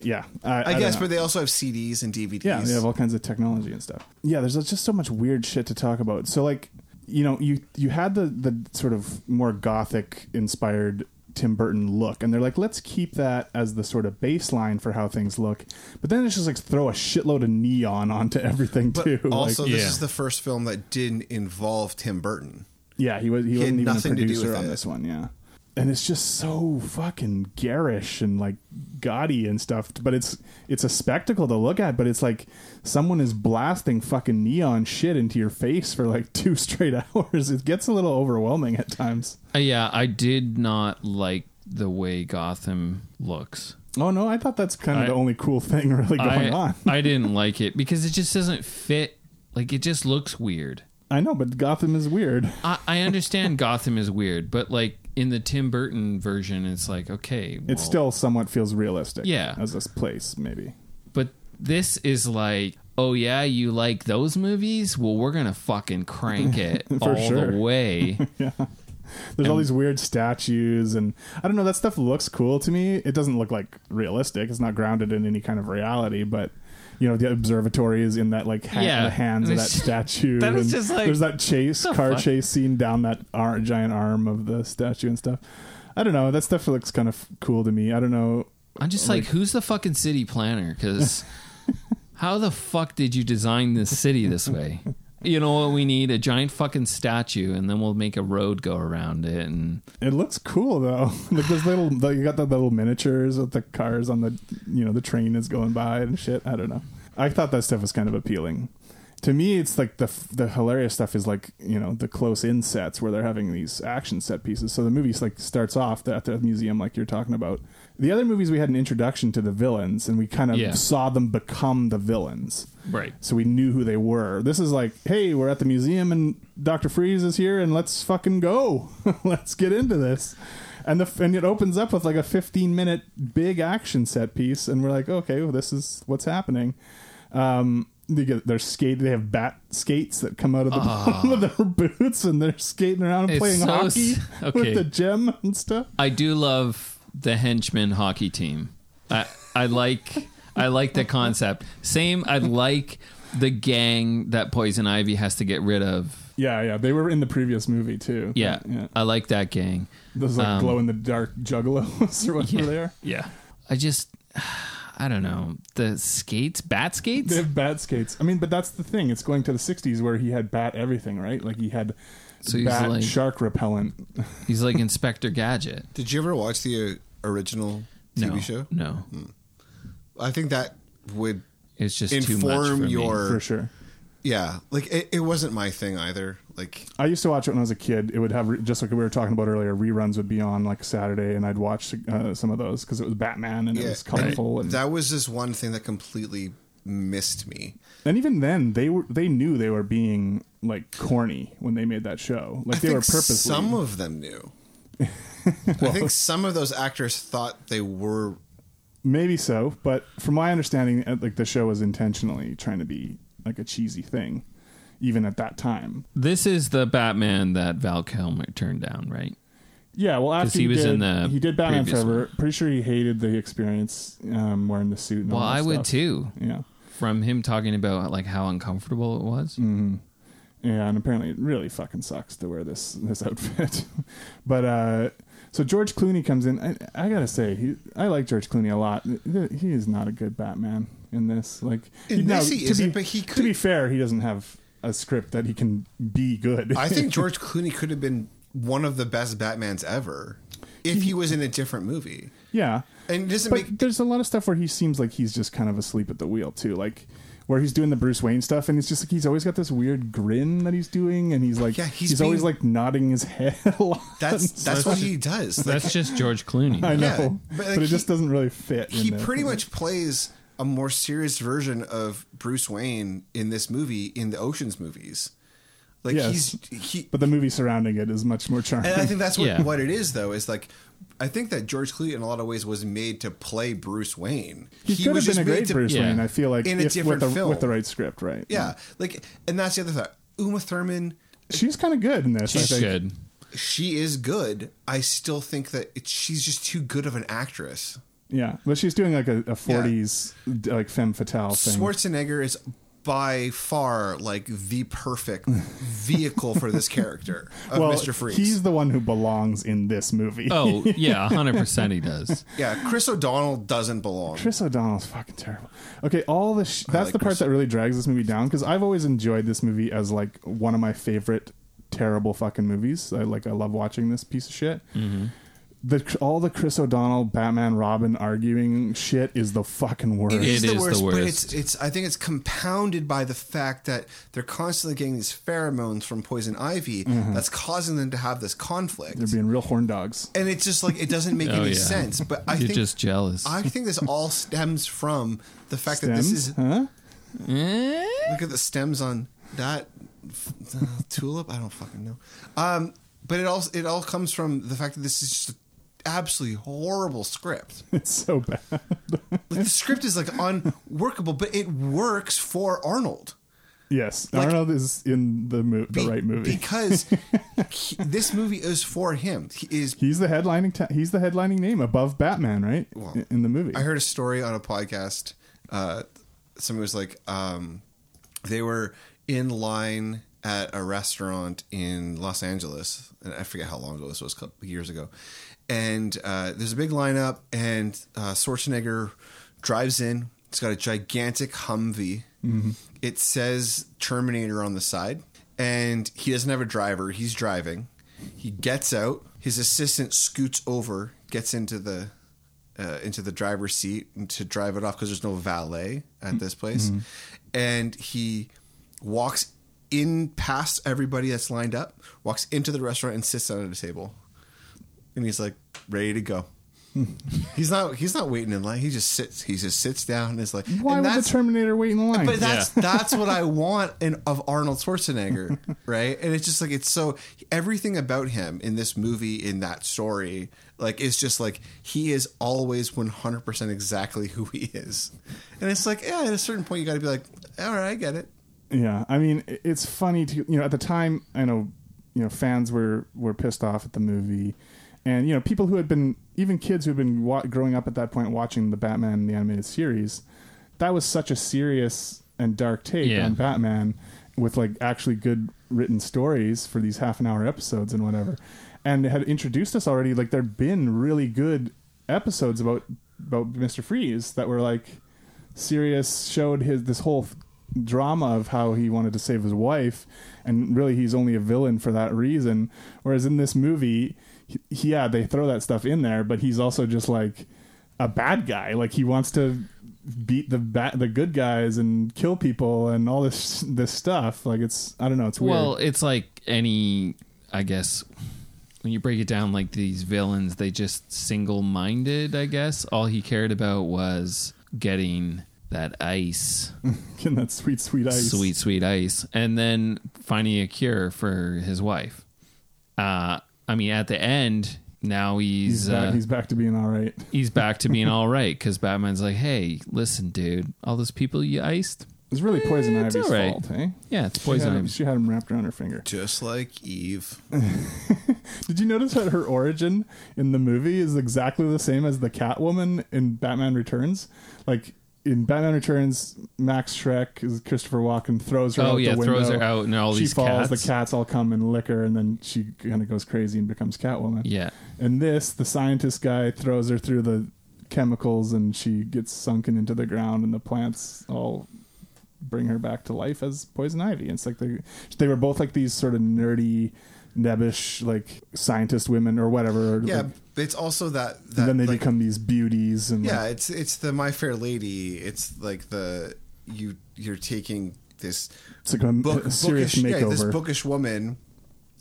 Speaker 5: yeah, I,
Speaker 4: I,
Speaker 5: I
Speaker 4: guess, but
Speaker 5: don't know.
Speaker 4: they also have CDs and DVDs.
Speaker 5: yeah, they have all kinds of technology and stuff. Yeah, there's just so much weird shit to talk about. So like, you know, you you had the the sort of more gothic inspired Tim Burton look, and they're like, let's keep that as the sort of baseline for how things look. But then it's just like throw a shitload of neon onto everything
Speaker 4: but
Speaker 5: too.
Speaker 4: also,
Speaker 5: like,
Speaker 4: this
Speaker 6: Yeah.
Speaker 4: is the first film that didn't involve Tim Burton.
Speaker 5: Yeah, he was. He,
Speaker 4: had
Speaker 5: wasn't even a
Speaker 4: nothing to do
Speaker 5: producer
Speaker 4: with
Speaker 5: on
Speaker 4: it.
Speaker 5: this one. Yeah, and it's just so fucking garish and like gaudy and stuff. But it's it's a spectacle to look at. But it's like someone is blasting fucking neon shit into your face for like two straight hours. It gets a little overwhelming at times.
Speaker 6: Uh, yeah, I did not like the way Gotham looks.
Speaker 5: Oh no, I thought that's kind of
Speaker 6: I-
Speaker 5: the only cool thing really going
Speaker 6: I,
Speaker 5: on.
Speaker 6: I didn't like it because it just doesn't fit. Like it just looks weird.
Speaker 5: I know, but Gotham is weird.
Speaker 6: I, I understand Gotham is weird, but like in the Tim Burton version, it's like okay,
Speaker 5: It
Speaker 6: well-
Speaker 5: still somewhat feels realistic.
Speaker 6: Yeah.
Speaker 5: as this place maybe.
Speaker 6: But this is like, oh yeah, you like those movies? Well, we're gonna fucking crank it
Speaker 5: For
Speaker 6: all
Speaker 5: sure.
Speaker 6: the way.
Speaker 5: There's all these weird statues, and I don't know. That stuff looks cool to me. It doesn't look like realistic. It's not grounded in any kind of reality, but you know, the observatory is in that like ha-
Speaker 6: Yeah.
Speaker 5: the hands of that statue.
Speaker 6: That was
Speaker 5: and
Speaker 6: just like,
Speaker 5: there's that chase
Speaker 6: the
Speaker 5: car
Speaker 6: fuck?
Speaker 5: chase scene down that ar- giant arm of the statue and stuff. I don't know. That stuff looks kind of cool to me. I don't know.
Speaker 6: I'm just like, who's the fucking city planner? Because how the fuck did you design this city this way? You know what we need? A giant fucking statue, and then we'll make a road go around it. And
Speaker 5: It looks cool though. like those little, the, you got the little miniatures with the cars on the, you know, the train is going by and shit. I don't know. I thought that stuff was kind of appealing. To me, it's like the f- the hilarious stuff is like you know the close in sets where they're having these action set pieces. So the movie like starts off at the museum like you're talking about. The other movies we had an introduction to the villains and we kind of
Speaker 6: Yeah.
Speaker 5: saw them become the villains.
Speaker 6: Right.
Speaker 5: So we knew who they were. This is like, hey, we're at the museum and Dr. Freeze is here and let's fucking go. let's get into this. And the and it opens up with like a 15 minute big action set piece and we're like, okay, well this is what's happening. Um they get their skate they have bat skates that come out of the bottom of their boots and they're skating around and
Speaker 6: Ah. It's
Speaker 5: playing
Speaker 6: so
Speaker 5: hockey
Speaker 6: s- okay.
Speaker 5: with the gym and stuff.
Speaker 6: I do love the henchman hockey team. I I like I like the concept. Same, I like the gang that Poison Ivy has to get rid of.
Speaker 5: Yeah, yeah. They were in the previous movie too.
Speaker 6: Yeah, I like that gang.
Speaker 5: Those like
Speaker 6: Um,
Speaker 5: glow in the dark juggalos or whatever they are.
Speaker 6: Yeah. I just, I don't know. The skates, bat skates?
Speaker 5: They have bat skates. I mean, but that's the thing. It's going to the '60s where he had bat everything, right? Like he had
Speaker 6: So he's
Speaker 5: bat
Speaker 6: like-
Speaker 5: shark repellent.
Speaker 6: He's like Inspector Gadget.
Speaker 4: Did you ever watch the uh, original TV
Speaker 6: no,
Speaker 4: show?
Speaker 6: No.
Speaker 4: I think that would
Speaker 6: It's just too much for
Speaker 4: inform
Speaker 6: me.
Speaker 4: your
Speaker 5: for sure.
Speaker 4: yeah, like it, it wasn't my thing either. Like
Speaker 5: I used to watch it when I was a kid. It would have re- just like we were talking about earlier. Reruns would be on like Saturday, and I'd watch uh, some of those because it was Batman and
Speaker 4: Yeah,
Speaker 5: it was colorful.
Speaker 6: Um,
Speaker 5: And,
Speaker 4: that was just one thing that completely missed me.
Speaker 5: and even then, they were they knew they were being like corny when they made that show. Like
Speaker 4: I
Speaker 5: they
Speaker 4: think
Speaker 5: were purposely.
Speaker 4: some of them knew. I think some of those actors thought they were
Speaker 5: Maybe so, but from my understanding, uh, like the show was intentionally trying to be like a cheesy thing, even at that time.
Speaker 6: This is the Batman that Val Kilmer turned down, right?
Speaker 5: Yeah, well, after
Speaker 6: he was
Speaker 5: did,
Speaker 6: in the
Speaker 5: he did Batman
Speaker 6: previous
Speaker 5: Forever. Pretty sure he hated the experience um, wearing the suit. And
Speaker 6: Well,
Speaker 5: all that
Speaker 6: I would
Speaker 5: stuff.
Speaker 6: too.
Speaker 5: Yeah,
Speaker 6: From him talking about like how uncomfortable it was.
Speaker 5: yeah, and apparently it really fucking sucks to wear this this outfit. but uh, so George Clooney comes in. I, I gotta say, he, I like George Clooney a lot. He is not a good Batman in this. Like
Speaker 4: In this he
Speaker 5: to
Speaker 4: isn't,
Speaker 5: be,
Speaker 4: but he
Speaker 5: to
Speaker 4: could-
Speaker 5: be fair, he doesn't have a script that he can be good.
Speaker 4: I think George Clooney could have been one of the best Batmans ever if he was in a different movie.
Speaker 5: yeah.
Speaker 4: And it doesn't
Speaker 5: but
Speaker 4: make
Speaker 5: there's a lot of stuff where he seems like he's just kind of asleep at the wheel too like where he's doing the Bruce Wayne stuff, and it's just like he's always got this weird grin that he's doing, and he's like,
Speaker 4: Yeah, he's
Speaker 5: he's, always
Speaker 4: being-
Speaker 5: like nodding his head. A lot.
Speaker 4: that's that's what he does. Like,
Speaker 6: That's just George Clooney.
Speaker 5: I know,
Speaker 4: yeah,
Speaker 5: but,
Speaker 4: but, like,
Speaker 5: it just
Speaker 4: he-
Speaker 5: doesn't really fit. in
Speaker 4: he
Speaker 5: there.
Speaker 4: pretty much plays a more serious version of Bruce Wayne in this movie in the Ocean's movies. Like
Speaker 5: Yes.
Speaker 4: he's he
Speaker 5: but the movie surrounding it is much more charming.
Speaker 4: And I think that's what,
Speaker 6: Yeah.
Speaker 4: what it is, though, is like, I think that George Clooney, in a lot of ways, was made to play Bruce Wayne.
Speaker 5: he, could have been a great
Speaker 4: made to-
Speaker 5: Bruce
Speaker 6: Yeah.
Speaker 5: Wayne. I feel like
Speaker 4: In a
Speaker 5: if
Speaker 4: different
Speaker 5: with the,
Speaker 4: film.
Speaker 5: with the right script, right?
Speaker 4: Yeah. Like, and that's the other thought. Uma Thurman,
Speaker 5: she's kind of good in this.
Speaker 6: She's
Speaker 5: I think.
Speaker 6: good.
Speaker 4: she is good. I still think that it, she's just too good of an actress.
Speaker 5: Yeah, but she's doing like a, a '40s d- like femme fatale thing.
Speaker 4: Schwarzenegger is by far like the perfect vehicle for this character of
Speaker 5: well,
Speaker 4: Mr. Freeze.
Speaker 5: he's the one who belongs in this movie.
Speaker 6: Oh yeah, hundred percent he does.
Speaker 4: yeah, Chris O'Donnell doesn't belong.
Speaker 5: Chris O'Donnell's fucking terrible. Okay, all the sh- that's
Speaker 4: like
Speaker 5: the part
Speaker 4: Chris.
Speaker 5: that really drags this movie down because I've always enjoyed this movie as like one of my favorite terrible fucking movies. I like I love watching this piece of shit.
Speaker 6: Mm-hmm.
Speaker 5: The all the Chris O'Donnell Batman Robin arguing shit is the fucking worst.
Speaker 6: It is the
Speaker 4: but
Speaker 6: worst.
Speaker 4: it's it's I think it's compounded by the fact that they're constantly getting these pheromones from poison ivy that's causing them to have this conflict.
Speaker 5: They're being real horn dogs.
Speaker 4: and it's just like it doesn't make
Speaker 6: Oh,
Speaker 4: any
Speaker 6: yeah.
Speaker 4: sense. But I
Speaker 6: You're
Speaker 4: think
Speaker 6: just jealous.
Speaker 4: I think this all stems from the fact that this
Speaker 5: Stems,
Speaker 4: is
Speaker 5: huh?
Speaker 6: Eh?
Speaker 4: look at the stems on that uh, tulip. I don't fucking know. Um, but it all it all comes from the fact that this is just an absolutely horrible script.
Speaker 5: It's so bad.
Speaker 4: Like the script is like unworkable, but it works for Arnold.
Speaker 5: Yes,
Speaker 4: Like-
Speaker 5: Arnold is in the mo- the
Speaker 4: Be-
Speaker 5: right movie.
Speaker 4: because he- this movie is for him. He is.
Speaker 5: he's the headlining. ta he's the headlining name above Batman, right?
Speaker 4: Well,
Speaker 5: in, in the movie.
Speaker 4: I heard a story on a podcast. Uh, somebody was like, um, they were in line at a restaurant in Los Angeles, and I forget how long ago this was, a couple years ago. And uh, there's a big lineup, and uh, Schwarzenegger drives in. It's got a gigantic Humvee. It says Terminator on the side, and he doesn't have a driver. He's driving. He gets out. His assistant scoots over, gets into the uh, into the driver's seat and to drive it off because there's no valet at
Speaker 5: Mm-hmm.
Speaker 4: this place. And he walks in past everybody that's lined up, walks into the restaurant and sits down at a table. And he's like ready to go.
Speaker 5: Hmm.
Speaker 4: he's not. He's not waiting in line. He just sits. He just sits down and is like.
Speaker 5: Why
Speaker 4: and
Speaker 5: would the
Speaker 4: that's-
Speaker 5: Terminator wait in line?
Speaker 4: but that's that's what I want in, of Arnold Schwarzenegger, right? And it's just like it's so everything about him in this movie, in that story, like is just like he is always one hundred percent exactly who he is, and it's like yeah, at a certain point you got to be like, all right, I get it.
Speaker 5: Yeah, I mean, i- it's funny to you know at the time I know you know fans were were pissed off at the movie, and you know people who had been even kids who had been wa- growing up at that point watching the Batman the animated series, that was such a serious and dark take
Speaker 6: Yeah.
Speaker 5: on Batman with like actually good written stories for these half an hour episodes and whatever, and they had introduced us already like there'd been really good episodes about about Mister Freeze that were like. Sirius showed his this whole f- drama of how he wanted to save his wife, and really he's only a villain for that reason. Whereas in this movie, he, yeah, they throw that stuff in there, but he's also just like a bad guy. Like he wants to beat the ba- the good guys and kill people and all this this stuff. Like it's I don't know. It's weird.
Speaker 6: Well, it's like any, I guess, when you break it down, like these villains, they just single minded, I guess. All he cared about was getting that ice,
Speaker 5: Getting that sweet sweet ice.
Speaker 6: sweet, sweet ice, and then finding a cure for his wife. Uh, I mean, at the end, now he's,
Speaker 5: He's,
Speaker 6: uh,
Speaker 5: back, he's back to being all right.
Speaker 6: he's back to being all right because Batman's like, hey, listen, dude, all those people you iced,
Speaker 5: It's really poison
Speaker 6: Eh, it's
Speaker 5: ivy's
Speaker 6: all right.
Speaker 5: fault, eh?
Speaker 6: yeah, it's
Speaker 5: She
Speaker 6: poison
Speaker 5: had, him,
Speaker 6: ivy.
Speaker 5: she had him wrapped around her finger.
Speaker 4: Just like Eve.
Speaker 5: Did you notice that her origin in the movie is exactly the same as the Catwoman in Batman Returns? Like in Batman Returns, Max Shrek is Christopher Walken throws her
Speaker 6: Oh,
Speaker 5: out
Speaker 6: yeah,
Speaker 5: the window.
Speaker 6: throws her out and all
Speaker 5: she
Speaker 6: these
Speaker 5: falls.
Speaker 6: cats.
Speaker 5: The cats all come and lick her, and then she kind of goes crazy and becomes Catwoman.
Speaker 6: Yeah.
Speaker 5: And this, the scientist guy throws her through the chemicals, and she gets sunken into the ground, and the plants all bring her back to life as poison ivy. And it's like they they were both like these sort of nerdy, nebbish like scientist women or whatever.
Speaker 4: Yeah,
Speaker 5: Like,
Speaker 4: but it's also that. that
Speaker 5: and then they
Speaker 4: like,
Speaker 5: become these beauties and
Speaker 4: Yeah,
Speaker 5: like,
Speaker 4: it's it's the My Fair Lady. It's like the you you're taking this
Speaker 5: it's like a,
Speaker 4: book,
Speaker 5: a serious
Speaker 4: bookish, yeah, this
Speaker 5: makeover.
Speaker 4: bookish woman,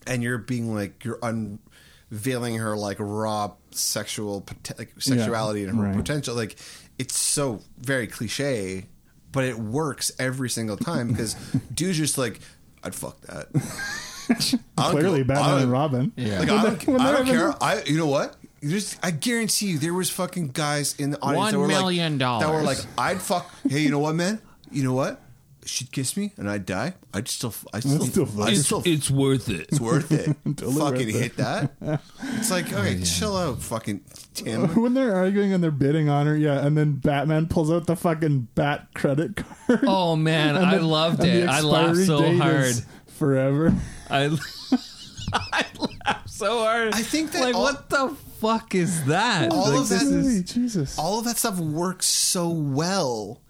Speaker 4: and you're being like you're unveiling her like raw sexual pot- like sexuality and her
Speaker 5: right.
Speaker 4: potential. Like it's so very cliche, but it works every single time because dude's just like. I'd fuck that. I don't
Speaker 5: Clearly,
Speaker 4: give a- I
Speaker 5: Batman
Speaker 4: don't-
Speaker 5: and Robin. Yeah.
Speaker 4: Like, I don't, I don't care. I, you know what? You just, I guarantee you, there was fucking guys in the audience
Speaker 6: One
Speaker 4: that were
Speaker 6: million
Speaker 4: like, that were
Speaker 6: dollars.
Speaker 4: like, I'd fuck. Hey, you know what, man? You know what? She'd kiss me and I'd die. I'd still, I'd still,
Speaker 5: I'd still fuck.
Speaker 4: I'd still, it's,
Speaker 6: worth it.
Speaker 4: worth it.
Speaker 5: Totally
Speaker 4: fucking
Speaker 5: worth it.
Speaker 4: hit that. It's like, okay, chill out, fucking Tim.
Speaker 5: When they're arguing and they're bidding on her, yeah, and then Batman pulls out the fucking bat credit card.
Speaker 6: Oh man,
Speaker 5: And
Speaker 6: I
Speaker 5: the-
Speaker 6: loved
Speaker 5: and the
Speaker 6: it. I laughed
Speaker 5: expiry
Speaker 6: so
Speaker 5: date
Speaker 6: hard.
Speaker 5: is Forever.
Speaker 6: I, I laughed so hard.
Speaker 4: I think that
Speaker 6: like
Speaker 4: all-
Speaker 6: what the fuck is that?
Speaker 4: All
Speaker 6: Like,
Speaker 4: of
Speaker 6: this
Speaker 4: that-
Speaker 6: is-
Speaker 5: Really, Jesus.
Speaker 4: All of that stuff works so well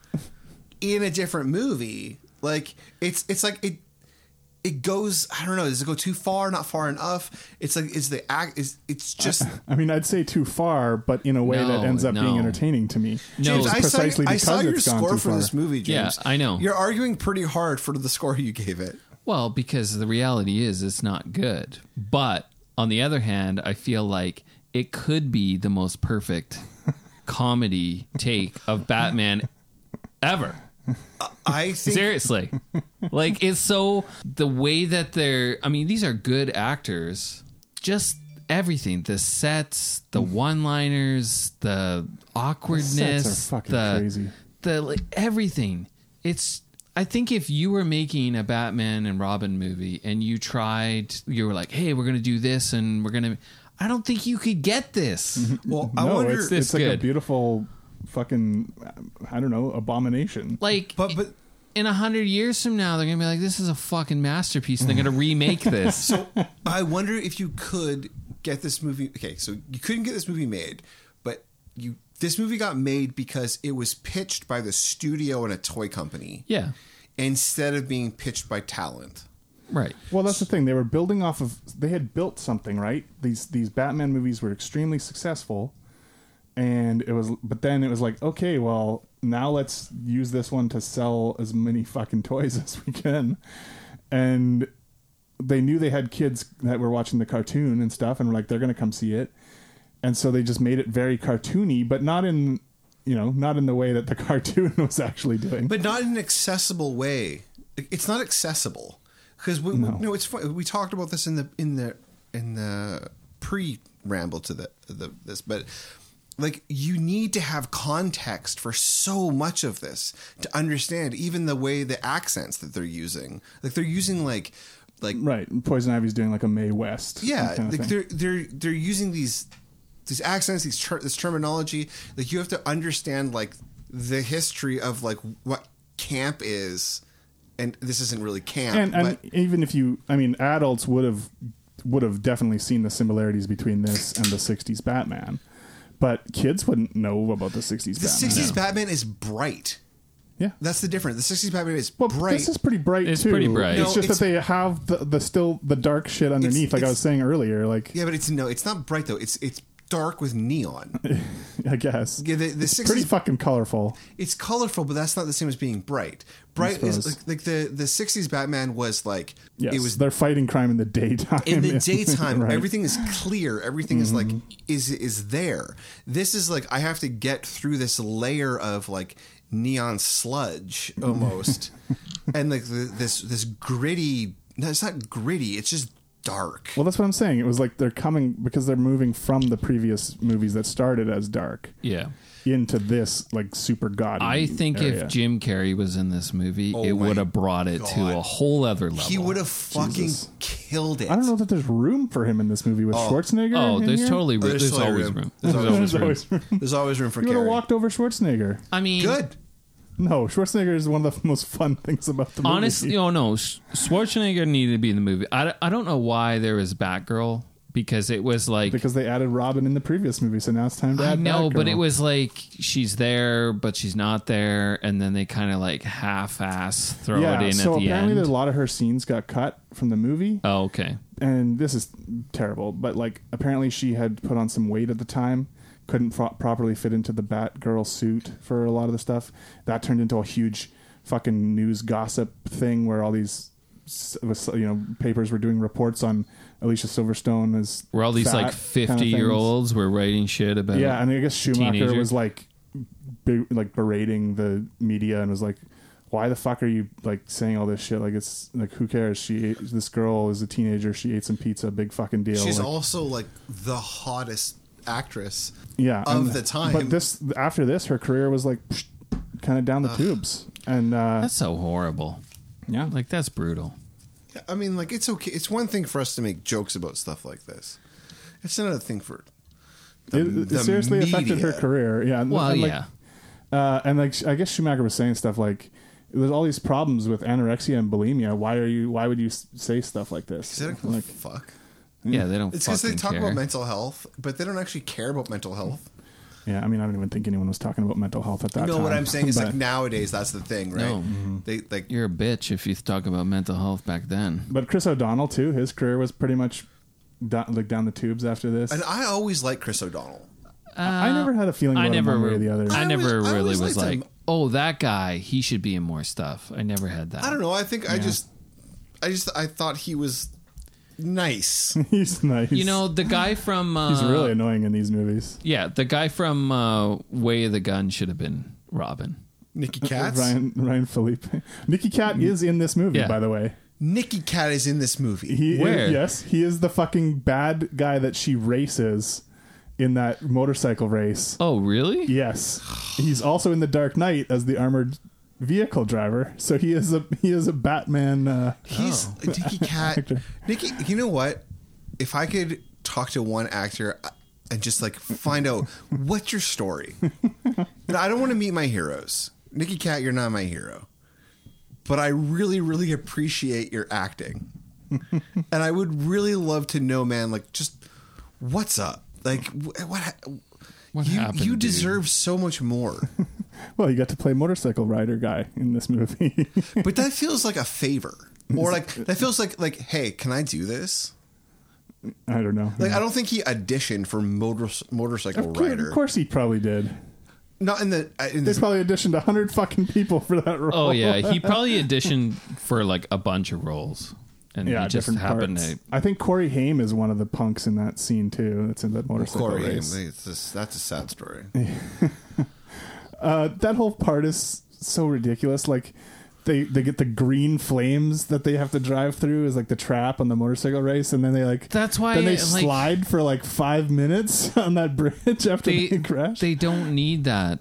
Speaker 4: in a different movie. Like it's, it's like it. It goes. I don't know. Does it go too far? Not far enough. It's like it's the act. Is it's just
Speaker 5: I mean, I'd say too far, but in a way that
Speaker 6: No,
Speaker 5: ends up being
Speaker 6: no.
Speaker 5: entertaining to me.
Speaker 6: No,
Speaker 4: James,
Speaker 5: Just
Speaker 4: I saw,
Speaker 5: precisely
Speaker 4: I
Speaker 5: because
Speaker 4: saw your
Speaker 5: it's gone
Speaker 4: score
Speaker 5: too
Speaker 4: for
Speaker 5: far.
Speaker 4: this movie,
Speaker 6: Yeah,
Speaker 4: James.
Speaker 6: I know.
Speaker 4: You're arguing pretty hard for the score you gave it.
Speaker 6: Well, because the reality is it's not good. But on the other hand, I feel like it could be the most perfect comedy take of Batman ever.
Speaker 4: I think
Speaker 6: Seriously. like it's so the way that they're I mean, these are good actors. Just everything. The sets, the one liners, the awkwardness.
Speaker 5: fucking
Speaker 6: the-
Speaker 5: crazy.
Speaker 6: The like, everything. It's I think if you were making a Batman and Robin movie and you tried you were like, hey, we're gonna do this and we're gonna I don't think you could get this.
Speaker 4: well, I
Speaker 5: No,
Speaker 4: wonder
Speaker 5: it's,
Speaker 6: this
Speaker 5: it's like a
Speaker 6: good.
Speaker 5: beautiful fucking, I don't know, abomination.
Speaker 6: Like
Speaker 4: but but
Speaker 6: in a hundred years from now, they're gonna be like, "This is a fucking masterpiece," and they're gonna remake this.
Speaker 4: I wonder if you could get this movie okay, so you couldn't get this movie made, but you this movie got made because it was pitched by the studio and a toy company.
Speaker 6: yeah,
Speaker 4: Instead of being pitched by talent.
Speaker 6: right.
Speaker 5: Well, that's the thing. They were building off of. They had built something, right? These these Batman movies were extremely successful, and it was. But then it was like, okay, well, now let's use this one to sell as many fucking toys as we can, and they knew they had kids that were watching the cartoon and stuff, and were like, they're gonna come see it, and so they just made it very cartoony, but not in you know not in the way that the cartoon was actually doing.
Speaker 4: but not in an accessible way. Like, It's not accessible because we, no. it's funny. we talked about this in the in the in the pre ramble to the, the this, but like you need to have context for so much of this to understand even the way the accents that they're using. Like they're using like like
Speaker 5: right, Poison Ivy's doing like a May West.
Speaker 4: yeah,
Speaker 5: kind of
Speaker 4: like
Speaker 5: thing.
Speaker 4: they're they're they're using these these accents, these ter- this terminology. Like you have to understand like the history of like what camp is, and this isn't really camp.
Speaker 5: and, and
Speaker 4: but
Speaker 5: even if you i mean adults would have would have definitely seen the similarities between this and the 60s batman but kids wouldn't know about the 60s
Speaker 4: the
Speaker 5: batman
Speaker 4: '60s Batman is bright.
Speaker 5: yeah
Speaker 4: That's the difference. The '60s Batman is
Speaker 5: well,
Speaker 4: bright.
Speaker 5: this is pretty bright
Speaker 6: It's
Speaker 5: too.
Speaker 6: pretty bright.
Speaker 4: No,
Speaker 5: It's just
Speaker 4: it's-
Speaker 5: that they have the, the still the dark shit underneath, like I
Speaker 4: it's-
Speaker 5: was saying earlier. Like
Speaker 4: yeah, but it's no, it's not bright though. It's it's dark with neon.
Speaker 5: I guess.
Speaker 4: Yeah, the, the
Speaker 5: It's
Speaker 4: 60s
Speaker 5: pretty fucking colorful.
Speaker 4: it's colorful, but that's not the same as being bright. Bright is
Speaker 5: suppose.
Speaker 4: like, like the the '60s Batman was like
Speaker 5: Yes,
Speaker 4: it was
Speaker 5: they're fighting crime in the daytime.
Speaker 4: in the daytime.
Speaker 5: Right. Mm-hmm.
Speaker 4: Everything is clear. Everything is like is is there. This is like I have to get through this layer of like neon sludge almost, and like the, this this gritty. No, it's not gritty. It's just dark.
Speaker 5: Well, that's what I'm saying. It was like they're coming because they're moving from the previous movies that started as dark
Speaker 6: Yeah.
Speaker 5: into this like super god.
Speaker 6: I think
Speaker 5: area.
Speaker 6: if Jim Carrey was in this movie, it
Speaker 4: oh, my
Speaker 6: would have brought it to
Speaker 4: God.
Speaker 6: a whole other level.
Speaker 4: He would have fucking
Speaker 5: Jesus.
Speaker 4: killed it.
Speaker 5: I don't know that there's room for him in this movie with Schwarzenegger.
Speaker 6: Oh,
Speaker 5: in
Speaker 6: there's
Speaker 5: here.
Speaker 6: totally room. There's,
Speaker 4: There's totally
Speaker 6: always
Speaker 4: room.
Speaker 6: room.
Speaker 4: There's
Speaker 6: There's
Speaker 4: always
Speaker 6: always
Speaker 5: There's
Speaker 6: room.
Speaker 5: always room.
Speaker 4: There's always room for
Speaker 5: He would have
Speaker 4: Carrie.
Speaker 5: walked over Schwarzenegger.
Speaker 6: I mean,
Speaker 4: Good.
Speaker 5: No, Schwarzenegger is one of the most fun things about the movie.
Speaker 6: honestly, oh no, Sch- Schwarzenegger needed to be in the movie. I, I don't know why there was Batgirl because it was like
Speaker 5: because they added Robin in the previous movie, so now it's time to
Speaker 6: I
Speaker 5: add.
Speaker 6: know,
Speaker 5: Batgirl.
Speaker 6: but it was like she's there, but she's not there, and then they kind of like half-ass throw
Speaker 5: yeah.
Speaker 6: it in
Speaker 5: so
Speaker 6: at the
Speaker 5: apparently,
Speaker 6: end.
Speaker 5: a lot of her scenes got cut from the movie.
Speaker 6: oh, okay.
Speaker 5: and this is terrible, but like apparently she had put on some weight at the time, couldn't fro- properly fit into the Batgirl suit for a lot of the stuff. That turned into a huge fucking news gossip thing where all these s- was- you know papers were doing reports on Alicia Silverstone as
Speaker 6: Where all these
Speaker 5: fat
Speaker 6: like
Speaker 5: kinda things.
Speaker 6: fifty-year-olds were writing shit about
Speaker 5: Yeah, and I guess Schumacher
Speaker 6: teenager.
Speaker 5: was like, be, like berating the media and was like, "Why the fuck are you like saying all this shit? Like it's like who cares? She ate, this girl is a teenager. She ate some pizza. Big fucking deal.
Speaker 4: She's
Speaker 5: Like,
Speaker 4: also like the hottest actress.
Speaker 5: yeah
Speaker 4: of
Speaker 5: and-
Speaker 4: the time.
Speaker 5: But this after this, her career was like kind of down the tubes. And uh,
Speaker 6: That's so horrible.
Speaker 5: yeah, like
Speaker 6: Like that's brutal.
Speaker 4: I mean, like it's okay. It's one thing for us to make jokes about stuff like this. It's another thing for the,
Speaker 5: it, it
Speaker 4: the
Speaker 5: seriously affected her
Speaker 4: media.
Speaker 5: career. Yeah, and-
Speaker 6: Well,
Speaker 5: and, like,
Speaker 6: yeah.
Speaker 5: uh, and like I guess Schumacher was saying stuff like. There's all these problems with anorexia and bulimia. Why are you? Why would you s- say stuff like this?
Speaker 4: Is that a
Speaker 5: Like,
Speaker 4: fuck?
Speaker 5: Mm.
Speaker 6: Yeah, they don't.
Speaker 4: It's
Speaker 6: fucking
Speaker 4: because they talk
Speaker 6: care.
Speaker 4: about mental health, but they don't actually care about mental health.
Speaker 5: Yeah, I mean, I don't even think anyone was talking about mental health at that
Speaker 4: No,
Speaker 5: time.
Speaker 4: what I'm saying is like
Speaker 5: But-
Speaker 4: nowadays that's the thing, right?
Speaker 6: No. mm-hmm.
Speaker 4: They like
Speaker 6: You're a bitch if you talk about mental health back then.
Speaker 5: But Chris O'Donnell too, his career was pretty much down, like down the tubes after this.
Speaker 4: and I always like Chris O'Donnell.
Speaker 5: I never had a feeling about
Speaker 6: Uh, I never
Speaker 5: him one way
Speaker 6: re-
Speaker 5: or the other.
Speaker 6: I,
Speaker 4: I
Speaker 6: never
Speaker 4: always- I
Speaker 6: really
Speaker 4: always
Speaker 6: was
Speaker 4: liked
Speaker 6: like,
Speaker 4: him.
Speaker 6: oh, that guy. He should be in more stuff. I never had that.
Speaker 4: I don't know. I think I just, I just, I thought he was nice.
Speaker 5: he's nice.
Speaker 6: You know, the guy from uh,
Speaker 5: he's really annoying in these movies.
Speaker 6: yeah, the guy from uh, Way of the Gun should have been Robin.
Speaker 4: Nikki Katz.
Speaker 5: Ryan Ryan Felipe, Nikki Cat is in this movie,
Speaker 6: Mm. Yeah.
Speaker 5: by the way.
Speaker 4: Nikki Cat is in this movie.
Speaker 5: He is-
Speaker 6: Where?
Speaker 5: yes, he is the fucking bad guy that she races in that motorcycle race.
Speaker 6: Oh, really?
Speaker 5: Yes, he's also in the Dark Knight as the armored vehicle driver. So he is a he is a Batman. Uh,
Speaker 6: Oh.
Speaker 4: He's Nikki Cat. Nikki, you know what? If I could talk to one actor uh, and just like find out what's your story, and I don't want to meet my heroes. Nikki Cat, you're not my hero, but I really, really appreciate your acting, and I would really love to know, man. Like, just what's up? Like, wh- what? ha-
Speaker 6: What
Speaker 4: you,
Speaker 6: happened,
Speaker 4: You
Speaker 6: dude?
Speaker 4: deserve so much more,
Speaker 5: Well, you got to play motorcycle rider guy in this movie.
Speaker 4: but that feels like a favor, or like that feels like like, hey, can I do this?
Speaker 5: I don't know.
Speaker 4: Like I don't think he auditioned for motor, motorcycle
Speaker 5: of, course,
Speaker 4: rider.
Speaker 5: of course, he probably did.
Speaker 4: Not in the uh, in
Speaker 5: They
Speaker 4: the
Speaker 5: probably auditioned hundred fucking people for that role.
Speaker 6: Oh, yeah. He probably auditioned for like a bunch of roles, and
Speaker 5: yeah,
Speaker 6: he just
Speaker 5: different
Speaker 6: happened
Speaker 5: parts.
Speaker 6: to.
Speaker 5: I think Corey Haim is one of the punks in that scene too. That's in that motorcycle
Speaker 4: Corey.
Speaker 5: race.
Speaker 4: It's just, that's a sad story.
Speaker 5: Uh, that whole part is so ridiculous. Like. They, they get the green flames that they have to drive through is like the trap on the motorcycle race, and then they like
Speaker 6: That's why,
Speaker 5: then they
Speaker 6: like-
Speaker 5: slide for like five minutes on that bridge after
Speaker 6: They
Speaker 5: they, crash.
Speaker 6: they don't need that.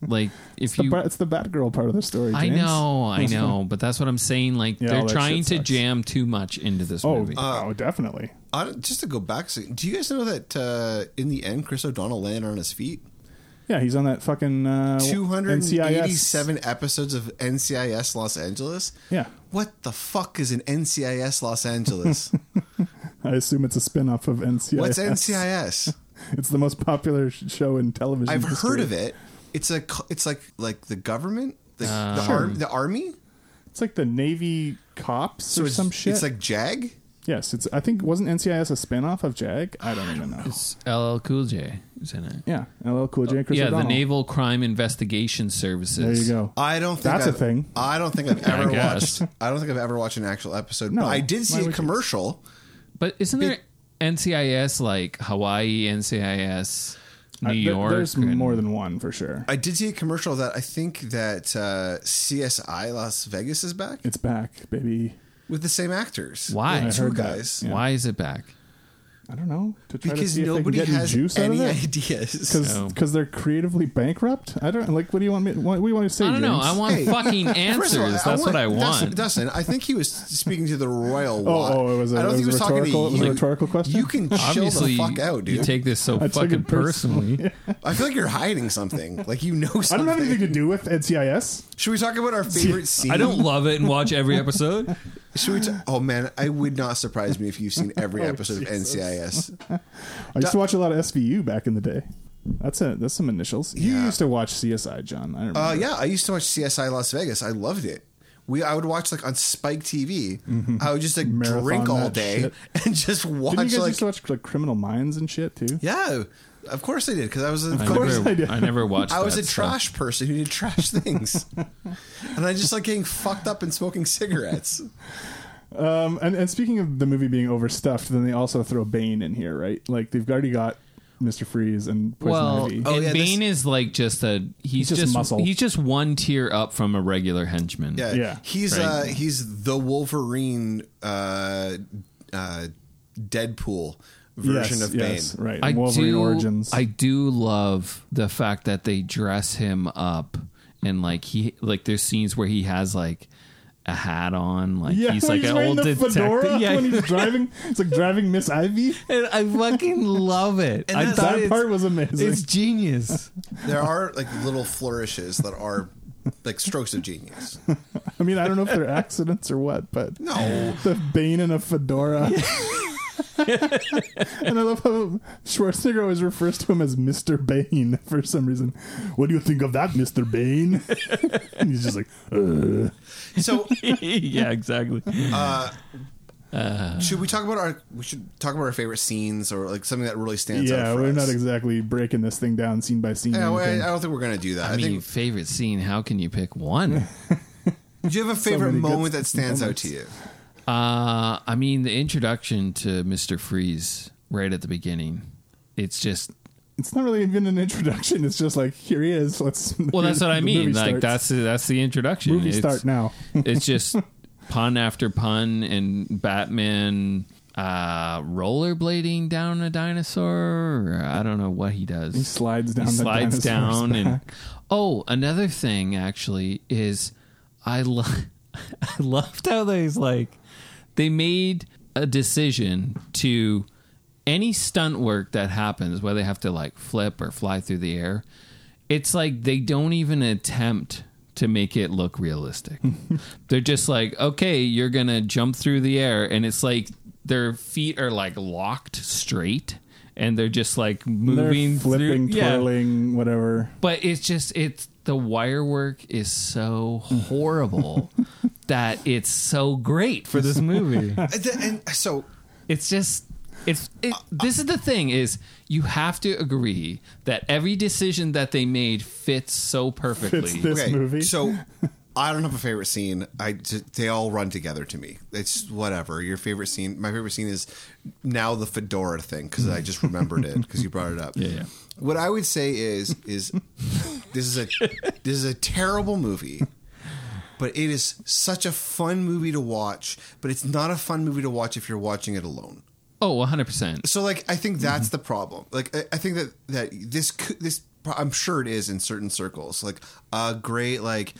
Speaker 6: Like if
Speaker 5: the
Speaker 6: you
Speaker 5: part- it's the Batgirl part of the story.
Speaker 6: I
Speaker 5: James.
Speaker 6: know, I know, but that's what I'm saying. Like
Speaker 5: Yeah, all
Speaker 6: they're
Speaker 5: that
Speaker 6: trying
Speaker 5: shit
Speaker 6: to
Speaker 5: sucks.
Speaker 6: jam too much into this
Speaker 5: Oh,
Speaker 6: movie.
Speaker 4: Uh,
Speaker 5: oh, definitely.
Speaker 4: I don't, just to go back, so, do you guys know that uh, in the end, Chris O'Donnell landed on his feet?
Speaker 5: Yeah, he's on that fucking uh,
Speaker 4: Two hundred
Speaker 5: NCIS.
Speaker 4: eighty-seven episodes of NCIS Los Angeles.
Speaker 5: Yeah,
Speaker 4: What the fuck is an NCIS Los Angeles?
Speaker 5: I assume it's a spin-off of NCIS.
Speaker 4: What's NCIS?
Speaker 5: It's the most popular sh- show in television.
Speaker 4: I've
Speaker 5: history.
Speaker 4: heard of it. It's a co- it's like like the government, the,
Speaker 5: Uh,
Speaker 4: the, ar- the army.
Speaker 5: It's like the Navy cops or
Speaker 4: it's,
Speaker 5: some shit.
Speaker 4: It's like JAG.
Speaker 5: Yes, it's. I think wasn't NCIS a spinoff of JAG? I don't even know.
Speaker 6: It's LL Cool J is in it.
Speaker 5: Yeah, LL Cool J. and Chris
Speaker 6: yeah,
Speaker 5: O'Donnell.
Speaker 6: the Naval Crime Investigation Services.
Speaker 5: There you go.
Speaker 4: I don't think
Speaker 5: That's a
Speaker 4: I've-
Speaker 5: thing.
Speaker 4: I don't think I've ever
Speaker 6: guess.
Speaker 4: watched. I don't think I've ever watched an actual episode.
Speaker 5: No.
Speaker 4: but I did
Speaker 5: Why
Speaker 4: see a
Speaker 5: would you?
Speaker 4: commercial.
Speaker 6: But isn't there NCIS like Hawaii NCIS New
Speaker 5: I- there-
Speaker 6: York?
Speaker 5: There's
Speaker 6: and-
Speaker 5: more than one for sure.
Speaker 4: I did see a commercial that I think that uh, CSI Las Vegas is back
Speaker 5: It's back, baby.
Speaker 4: with the same actors.
Speaker 6: Why?
Speaker 4: The
Speaker 6: I
Speaker 4: two
Speaker 5: heard that.
Speaker 4: guys.
Speaker 5: Yeah.
Speaker 6: Why is it back?
Speaker 5: I don't know to try to
Speaker 4: Because
Speaker 5: see if they can
Speaker 4: nobody
Speaker 5: get any
Speaker 4: has
Speaker 5: juice out of
Speaker 4: any
Speaker 5: it.
Speaker 4: ideas.
Speaker 5: because
Speaker 6: No.
Speaker 5: they're creatively bankrupt. I don't like. What do you want me? What, do you want me to say?
Speaker 6: I don't know.
Speaker 5: James?
Speaker 6: I want
Speaker 4: Hey.
Speaker 6: fucking
Speaker 4: First
Speaker 6: answers.
Speaker 4: of all,
Speaker 6: That's what I want.
Speaker 4: Dustin, Dustin, I think he was speaking to the royal. wa-
Speaker 5: oh, it was a-
Speaker 4: I
Speaker 5: it
Speaker 4: don't think
Speaker 5: was
Speaker 4: he was
Speaker 5: a
Speaker 4: talking to
Speaker 5: rhetorical-
Speaker 4: you.
Speaker 5: it was a rhetorical question?
Speaker 4: You can chill
Speaker 6: Obviously,
Speaker 4: the fuck out, dude.
Speaker 6: you take this so
Speaker 5: I took
Speaker 6: fucking
Speaker 5: it personally.
Speaker 6: personally.
Speaker 4: I feel like you're hiding something. Like you know something.
Speaker 5: I don't have anything to do with NCIS.
Speaker 4: Should we talk about our favorite scene?
Speaker 6: I don't love it and watch every episode.
Speaker 4: Should we? ta- oh man, I would not surprise me if you've seen every
Speaker 5: Oh,
Speaker 4: episode of NCIS.
Speaker 5: I used to watch a lot of SVU back in the day. That's a that's some initials. You
Speaker 4: Yeah.
Speaker 5: used to watch CSI, John. I remember.
Speaker 4: Uh, yeah, I used to watch CSI Las Vegas. I loved it. We I would watch like on Spike TV. I would just like
Speaker 5: Mm-hmm. Marathon
Speaker 4: drink all
Speaker 5: that
Speaker 4: day
Speaker 5: shit.
Speaker 4: and just watch
Speaker 5: Didn't you guys
Speaker 4: like
Speaker 5: used to watch like Criminal Minds and shit too?
Speaker 4: yeah. Of course I did because I was
Speaker 6: I
Speaker 4: a, of course
Speaker 5: I did.
Speaker 6: never, I never watched.
Speaker 4: I was
Speaker 6: that
Speaker 4: a trash person who did trash things, and I just like getting fucked up and smoking cigarettes.
Speaker 5: Um, and, and speaking of the movie being overstuffed, then they also throw Bane in here, right? Like they've already got Mister Freeze and
Speaker 6: Stuff.
Speaker 5: Poison
Speaker 6: Well,
Speaker 5: Ivy.
Speaker 4: Oh,
Speaker 6: and
Speaker 4: yeah, this-
Speaker 6: Bane is like just a he's,
Speaker 5: just
Speaker 6: just,
Speaker 5: muscle.
Speaker 6: he's just one tier up from a regular henchman.
Speaker 4: Yeah,
Speaker 5: Yeah.
Speaker 4: he's
Speaker 6: Right.
Speaker 4: uh, he's the Wolverine, uh, uh, Deadpool version
Speaker 5: yes,
Speaker 4: of Bane.
Speaker 5: yes, right?
Speaker 6: I
Speaker 5: Wolverine
Speaker 6: do,
Speaker 5: Origins.
Speaker 6: I do love the fact that they dress him up and like he like there's scenes where he has like a hat on, like
Speaker 5: yeah,
Speaker 6: he's like an
Speaker 5: wearing
Speaker 6: old
Speaker 5: the
Speaker 6: detective.
Speaker 5: fedora
Speaker 6: Yeah,
Speaker 5: when he's driving. It's like driving Miss Ivy.
Speaker 6: and I fucking love it. I
Speaker 4: that's-
Speaker 6: thought
Speaker 5: That
Speaker 6: it's-
Speaker 5: part was amazing.
Speaker 6: It's genius.
Speaker 4: There are like little flourishes that are like strokes of genius.
Speaker 5: I mean, I don't know if they're accidents or what, but
Speaker 4: No,
Speaker 5: the Bane in a fedora. and I love how Schwarzenegger always refers to him as Mr. Bane for some reason. What do you think of that, Mr. Bane? and he's just like, "Uh."
Speaker 4: so
Speaker 6: yeah, exactly.
Speaker 4: uh, should we talk about our? We should talk about our favorite scenes or like something that really stands out.
Speaker 5: yeah,
Speaker 4: for
Speaker 5: we're
Speaker 4: us.
Speaker 5: not exactly breaking this thing down scene by scene. or
Speaker 4: Yeah, well, I,
Speaker 5: anything.
Speaker 4: I don't think we're gonna do that. I,
Speaker 6: I mean,
Speaker 4: think.
Speaker 6: favorite scene. How can you pick one?
Speaker 4: Do you have a favorite
Speaker 5: many good
Speaker 4: moment that stands out to you?
Speaker 6: Uh, I mean, the introduction to Mister Freeze right at the beginning. It's just
Speaker 5: it's not really even an introduction. It's just like, here he is. Let's.
Speaker 6: well, that's what I
Speaker 5: the
Speaker 6: mean.
Speaker 5: movie
Speaker 6: Like that's
Speaker 5: starts.
Speaker 6: that's the introduction.
Speaker 5: Movie
Speaker 6: It's-
Speaker 5: start now.
Speaker 6: it's just pun after pun and Batman uh, rollerblading down a dinosaur. Or I don't know what he does. He
Speaker 5: slides down the
Speaker 6: slides
Speaker 5: dinosaur's
Speaker 6: down and
Speaker 5: back.
Speaker 6: oh, another thing actually is I lo- I loved how they's like they made a decision to any stunt work that happens where they have to like flip or fly through the air it's like they don't even attempt to make it look realistic they're just like okay you're gonna jump through the air and it's like their feet are like locked straight and they're just like
Speaker 5: They're
Speaker 6: moving
Speaker 5: flipping,
Speaker 6: through, yeah
Speaker 5: twirling, whatever.
Speaker 6: but it's just it's the wire work is so horrible that it's so great for this movie
Speaker 4: And, th- Uh, and so
Speaker 6: it's just it's
Speaker 4: Uh,
Speaker 6: it, this is the thing is you have to agree that every decision that they made fits so perfectly
Speaker 5: Fits this
Speaker 4: okay,
Speaker 5: movie.
Speaker 4: So I don't have a favorite scene. I just, they all run together to me. It's whatever your favorite scene. My favorite scene is now the fedora thing because I just remembered it because you brought it up.
Speaker 6: Yeah, yeah.
Speaker 4: What I would say is is this is a this is a terrible movie. But it is such a fun movie to watch, but it's not a fun movie to watch if you're watching it alone.
Speaker 6: oh 100%
Speaker 4: So like I think that's
Speaker 6: Mm-hmm.
Speaker 4: the problem. Like I, I think that that this could, this I'm sure it is in certain circles. Like a great like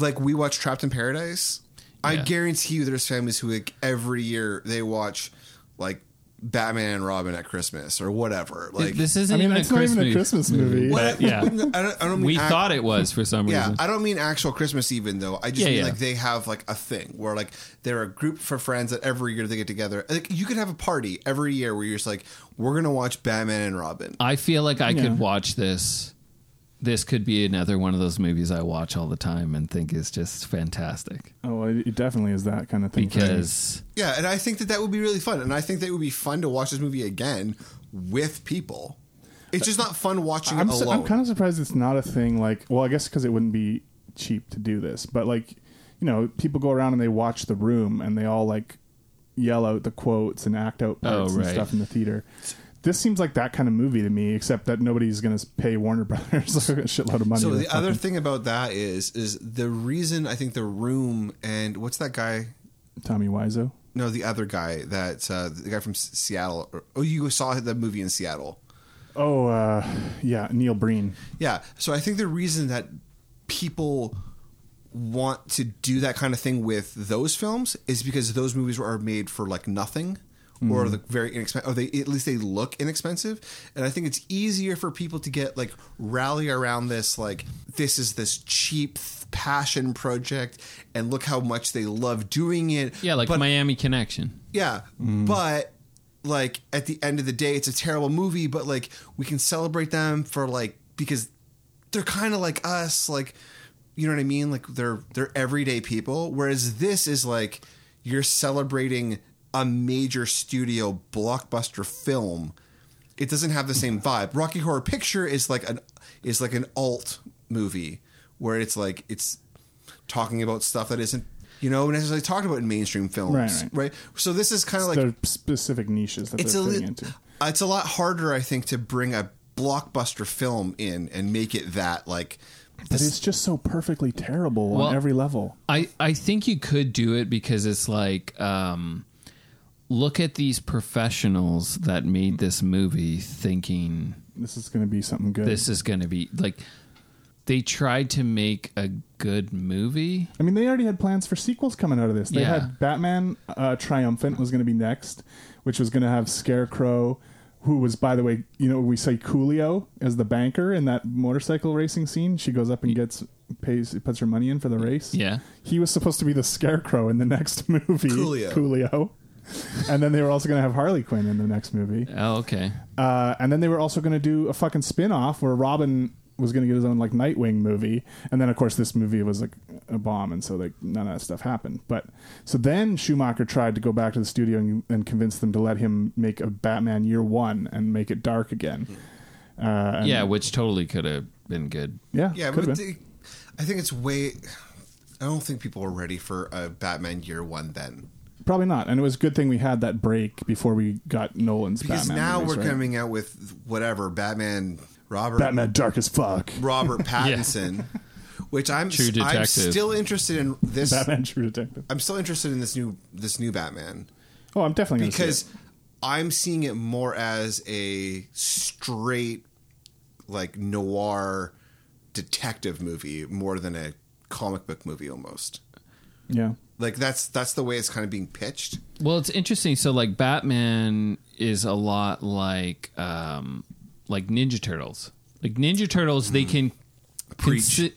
Speaker 4: like we watch Trapped in Paradise. I
Speaker 6: Yeah.
Speaker 4: guarantee you there's families who like every year they watch like Batman and Robin at Christmas or whatever. Like
Speaker 6: this isn't
Speaker 5: I mean,
Speaker 6: even, a
Speaker 5: it's not even a Christmas movie.
Speaker 4: Well,
Speaker 6: but, yeah.
Speaker 4: I don't, I don't mean
Speaker 6: we
Speaker 4: act-
Speaker 6: thought it was for some
Speaker 4: yeah,
Speaker 6: reason
Speaker 4: I don't mean actual Christmas even though. I just
Speaker 6: Yeah,
Speaker 4: mean
Speaker 6: yeah.
Speaker 4: like they have like a thing where like they're a group for friends that every year they get together. Like you could have a party every year where you're just like we're going to watch Batman and Robin.
Speaker 6: I feel like I
Speaker 5: Yeah.
Speaker 6: could watch this this could be another one of those movies I watch all the time and think is just fantastic
Speaker 5: Oh, well, it definitely is that kind of thing. for me.
Speaker 6: because
Speaker 4: Yeah, and I think that that would be really fun, and I think that it would be fun to watch this movie again with people. It's just not fun watching
Speaker 5: I'm,
Speaker 4: it
Speaker 5: su-
Speaker 4: alone.
Speaker 5: I'm kind of surprised it's not a thing. Like, well, I guess because it wouldn't be cheap to do this, but like, you know, people go around and they watch the room and they all like yell out the quotes and act out
Speaker 6: Oh,
Speaker 5: parts
Speaker 6: right.
Speaker 5: and stuff in the theater. This seems like that kind of movie to me, except that nobody's going to pay Warner Brothers a shitload of money.
Speaker 4: so
Speaker 5: to
Speaker 4: the other
Speaker 5: fucking-
Speaker 4: thing about that is, is the reason I think the room and what's that guy?
Speaker 5: Tommy Wiseau.
Speaker 4: No, the other guy that uh, the guy from S- Seattle. Or, oh, you saw the movie in Seattle.
Speaker 5: Oh, uh, yeah, Neil Breen.
Speaker 4: Yeah. So I think the reason that people want to do that kind of thing with those films is because those movies are made for like nothing or
Speaker 6: Mm-hmm.
Speaker 4: the very inexpensive or they at least they look inexpensive and i think it's easier for people to get like rally around this like this is this cheap th- passion project and look how much they love doing it
Speaker 6: yeah, like
Speaker 4: but
Speaker 6: Miami Connection.
Speaker 4: yeah,
Speaker 5: Mm.
Speaker 4: but like at the end of the day, it's a terrible movie. But like we can celebrate them for like because they're kind of like us, like you know what I mean? Like they're they're everyday people. Whereas this is like you're celebrating a major studio blockbuster film. It doesn't have the same vibe. Rocky Horror Picture is like an is like an alt movie where it's like it's talking about stuff that isn't you know necessarily talked about in mainstream films
Speaker 5: Right, right.
Speaker 4: right? So this is kind of like
Speaker 5: There are specific niches that
Speaker 4: it's a
Speaker 5: they're
Speaker 4: li-
Speaker 5: fitting into.
Speaker 4: it's a lot harder, I think, to bring a blockbuster film in and make it that like
Speaker 5: But it's just so perfectly terrible
Speaker 6: Well-
Speaker 5: on every level.
Speaker 6: I, I think you could do it because it's like, um, look at these professionals that made this movie thinking
Speaker 5: This is going to be something good.
Speaker 6: this is going to be like, they tried to make a good movie.
Speaker 5: I mean, they already had plans for sequels coming out of this. They
Speaker 6: Yeah.
Speaker 5: had Batman uh, Triumphant was going to be next, which was going to have Scarecrow, who was, by the way, you know, we say Coolio as the banker in that motorcycle racing scene. She goes up and gets pays puts her money in for the race.
Speaker 6: Yeah.
Speaker 5: he was supposed to be the Scarecrow in the next movie.
Speaker 4: Coolio.
Speaker 5: Coolio. and then they were also going to have Harley Quinn in the next movie.
Speaker 6: Oh, okay.
Speaker 5: Uh, and then they were also going to do a fucking spin-off where Robin was going to get his own like Nightwing movie. And then of course this movie was like a bomb and so like none of that stuff happened. But so then Schumacher tried to go back to the studio and, and convince them to let him make a Batman Year 1 and make it dark
Speaker 4: Hmm.
Speaker 5: again. Uh, and-
Speaker 6: yeah, which totally could have been good.
Speaker 5: yeah.
Speaker 4: yeah.
Speaker 5: could've
Speaker 4: But
Speaker 5: been.
Speaker 4: the, I think it's way. I don't think people are ready for a Batman Year One then
Speaker 5: Probably not. And it was a good thing we had that break before we got Nolan's
Speaker 4: because
Speaker 5: Batman.
Speaker 4: now
Speaker 5: movies,
Speaker 4: we're
Speaker 5: right?
Speaker 4: coming out with whatever Batman Robert
Speaker 5: Batman Dark as fuck.
Speaker 4: Robert Pattinson, which I'm
Speaker 6: True
Speaker 4: I'm
Speaker 6: Detective.
Speaker 4: still interested in this.
Speaker 5: Batman True Detective.
Speaker 4: I'm still interested in this new this new Batman.
Speaker 5: Oh, I'm definitely gonna see
Speaker 4: because
Speaker 5: it.
Speaker 4: I'm seeing it more as a straight like noir detective movie more than a comic book movie almost.
Speaker 5: yeah.
Speaker 4: Like that's that's the way it's kind of being pitched.
Speaker 6: Well, it's interesting. So, like, Batman is a lot like um, like Ninja Turtles. Like Ninja Turtles,
Speaker 5: Mm.
Speaker 6: they can consi-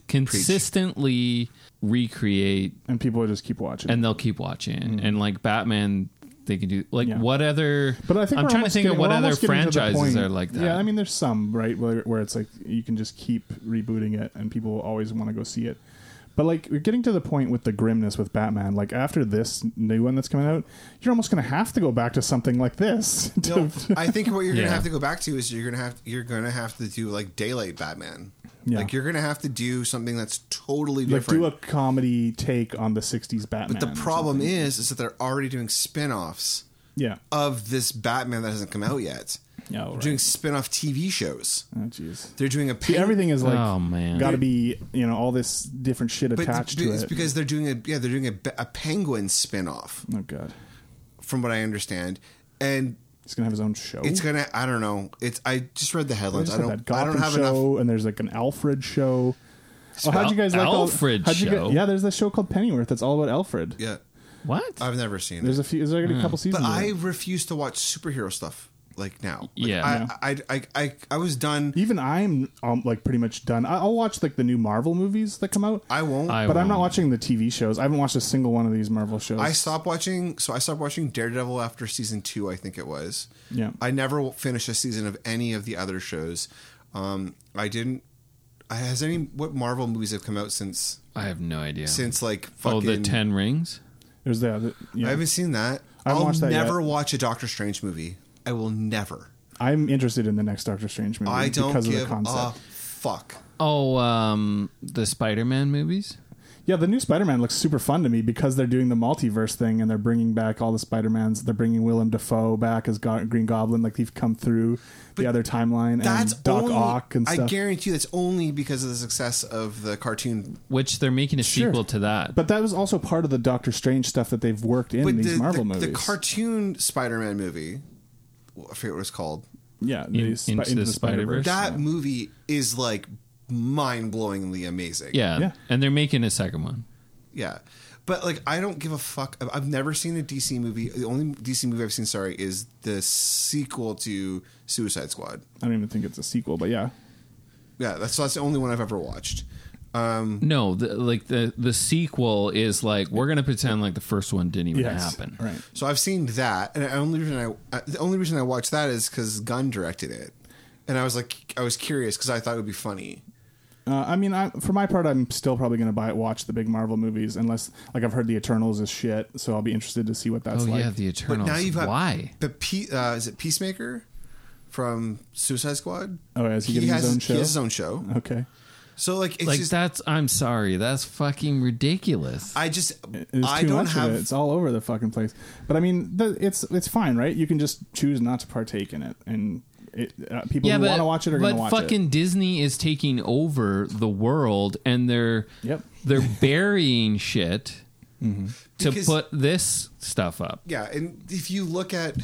Speaker 6: consistently recreate,
Speaker 5: And people just keep watching.
Speaker 6: and they'll keep watching. And like Batman, they can do like
Speaker 5: Mm. Yeah.
Speaker 6: what other?
Speaker 5: But I think
Speaker 6: I'm trying
Speaker 5: we're
Speaker 6: to
Speaker 5: almost
Speaker 6: think of
Speaker 5: getting-
Speaker 6: what
Speaker 5: we're
Speaker 6: other
Speaker 5: almost getting to the
Speaker 6: franchises
Speaker 5: point-
Speaker 6: are like that.
Speaker 5: Yeah, I mean, there's some right where, where it's like you can just keep rebooting it, and people always want to go see it. But like we're getting to the point with the grimness with Batman. Like after this new one that's coming out, you're almost going to have to go back to something like this. to-
Speaker 4: No, I think what you're
Speaker 6: Yeah.
Speaker 4: gonna have to go back to is you're gonna have you're gonna have to do like daylight Batman.
Speaker 5: Yeah.
Speaker 4: Like you're gonna have to do something that's totally
Speaker 5: like
Speaker 4: different.
Speaker 5: do a comedy take on the '60s Batman.
Speaker 4: but the
Speaker 5: or
Speaker 4: problem
Speaker 5: something.
Speaker 4: is is that they're already doing spin-offs
Speaker 5: yeah,
Speaker 4: of this Batman that hasn't come out yet.
Speaker 5: Yeah, all
Speaker 4: They're doing
Speaker 5: right.
Speaker 4: spin-off TV shows.
Speaker 5: oh jeez.
Speaker 4: They're doing a
Speaker 5: See, everything is like
Speaker 6: Oh, man.
Speaker 5: got to be you know all this different shit
Speaker 4: But
Speaker 5: attached
Speaker 4: it's,
Speaker 5: to
Speaker 4: it's
Speaker 5: it.
Speaker 4: because they're doing a yeah they're doing a, a penguin spin-off
Speaker 5: oh god,
Speaker 4: from what I understand, and
Speaker 5: he's gonna have his own show.
Speaker 4: it's gonna I don't know it's I just read the
Speaker 5: They
Speaker 4: headlines
Speaker 5: just
Speaker 4: I
Speaker 5: had
Speaker 4: don't
Speaker 5: that
Speaker 4: I don't
Speaker 5: Gotham
Speaker 4: have
Speaker 5: show,
Speaker 4: enough
Speaker 5: and there's like an Alfred show. Oh, how'd you guys like all-
Speaker 6: Alfred
Speaker 5: how'd you get-
Speaker 6: show?
Speaker 5: yeah, there's this show called Pennyworth that's all about Alfred.
Speaker 4: yeah
Speaker 6: what?
Speaker 4: I've never seen
Speaker 5: There's
Speaker 4: it
Speaker 5: a few. There's already a couple
Speaker 4: but
Speaker 5: seasons. of
Speaker 4: I
Speaker 5: it.
Speaker 4: refuse to watch superhero stuff like now Like,
Speaker 6: Yeah.
Speaker 4: I, I, I I I was done
Speaker 5: even I'm um, like pretty much done. I- I'll watch like the new Marvel movies that come out.
Speaker 4: I won't
Speaker 6: I
Speaker 4: I,
Speaker 5: but I'm not
Speaker 6: won't.
Speaker 5: watching the TV shows. I haven't watched a single one of these Marvel shows.
Speaker 4: stopped watching so I stopped watching Daredevil after season two I think it was
Speaker 5: Yeah.
Speaker 4: I never finished a season of any of the other shows um I didn't I- Has any what Marvel movies have come out since
Speaker 6: I have no idea.
Speaker 4: since like fucking?
Speaker 6: oh, the Ten Rings.
Speaker 5: There's that. the-
Speaker 4: I
Speaker 5: Yeah.
Speaker 4: haven't seen that.
Speaker 5: I haven't
Speaker 4: I'll
Speaker 5: watched that
Speaker 4: never
Speaker 5: yet.
Speaker 4: watch a Doctor Strange movie. I will never.
Speaker 5: I'm interested in the next Doctor Strange movie
Speaker 4: I don't
Speaker 5: because of the
Speaker 4: give a
Speaker 5: concept.
Speaker 4: fuck.
Speaker 6: Oh, um, the Spider-Man movies.
Speaker 5: Yeah, the new Spider-Man looks super fun to me because they're doing the multiverse thing and they're bringing back all the Spider-Mans. They're bringing Willem Dafoe back as Go- Green Goblin, like he's come through the other timeline
Speaker 4: That's
Speaker 5: and Doc
Speaker 4: only,
Speaker 5: Ock and
Speaker 4: I
Speaker 5: stuff.
Speaker 4: guarantee that's only because of the success of the cartoon.
Speaker 6: Which they're making a
Speaker 5: Sure.
Speaker 6: sequel to that.
Speaker 5: but that was also part of the Doctor Strange stuff that they've worked in
Speaker 4: But
Speaker 5: these
Speaker 4: the,
Speaker 5: Marvel
Speaker 4: the,
Speaker 5: movies.
Speaker 4: the cartoon Spider-Man movie, well, I forget what it's called.
Speaker 5: yeah, the
Speaker 6: In-
Speaker 5: Spi-
Speaker 6: Into the Spider-Verse.
Speaker 4: That movie is like mind-blowingly amazing.
Speaker 6: yeah.
Speaker 5: Yeah.
Speaker 6: and they're making a second one.
Speaker 4: Yeah. But like I don't give a fuck. I've- I've never seen a DC movie. The only DC movie I've seen, sorry, is the sequel to Suicide Squad.
Speaker 5: I don't even think it's a sequel, but yeah,
Speaker 4: Yeah, that's that's the only one I've ever watched. Um,
Speaker 6: No, the, like the the sequel is like we're gonna pretend like the first one didn't even
Speaker 5: Yes.
Speaker 6: happen.
Speaker 5: Right.
Speaker 4: So I've seen that, and the only reason I uh, the only reason I watched that is because Gunn directed it, and I was like I was curious because I thought it would be funny.
Speaker 5: Uh, I mean, I, for my part, I'm still probably going to buy watch the big Marvel movies, unless like I've heard the Eternals is shit, so I'll be interested to see what
Speaker 6: Oh
Speaker 5: that's like.
Speaker 6: yeah, the
Speaker 4: But
Speaker 6: Eternals.
Speaker 4: now you've got
Speaker 6: Why?
Speaker 4: the Pe- uh, is it Peacemaker from Suicide Squad?
Speaker 5: Oh, is he getting his
Speaker 4: has
Speaker 5: own show?
Speaker 4: He has his own show.
Speaker 5: okay,
Speaker 4: So like it's
Speaker 6: like
Speaker 4: just
Speaker 6: that's. I'm sorry. That's fucking ridiculous.
Speaker 4: I just
Speaker 5: there's
Speaker 4: I
Speaker 5: too
Speaker 4: don't
Speaker 5: much
Speaker 4: have
Speaker 5: of it. It's all over the fucking place. But I mean, the, it's it's fine, right? You can just choose not to partake in it, and it, uh, people who want to watch it are going
Speaker 6: but
Speaker 5: to watch
Speaker 6: fucking
Speaker 5: it.
Speaker 6: Disney is taking over the world, and they're
Speaker 5: Yep. Mm-hmm.
Speaker 6: they're burying shit to
Speaker 4: Because-
Speaker 6: put this stuff up.
Speaker 4: yeah, and if you look at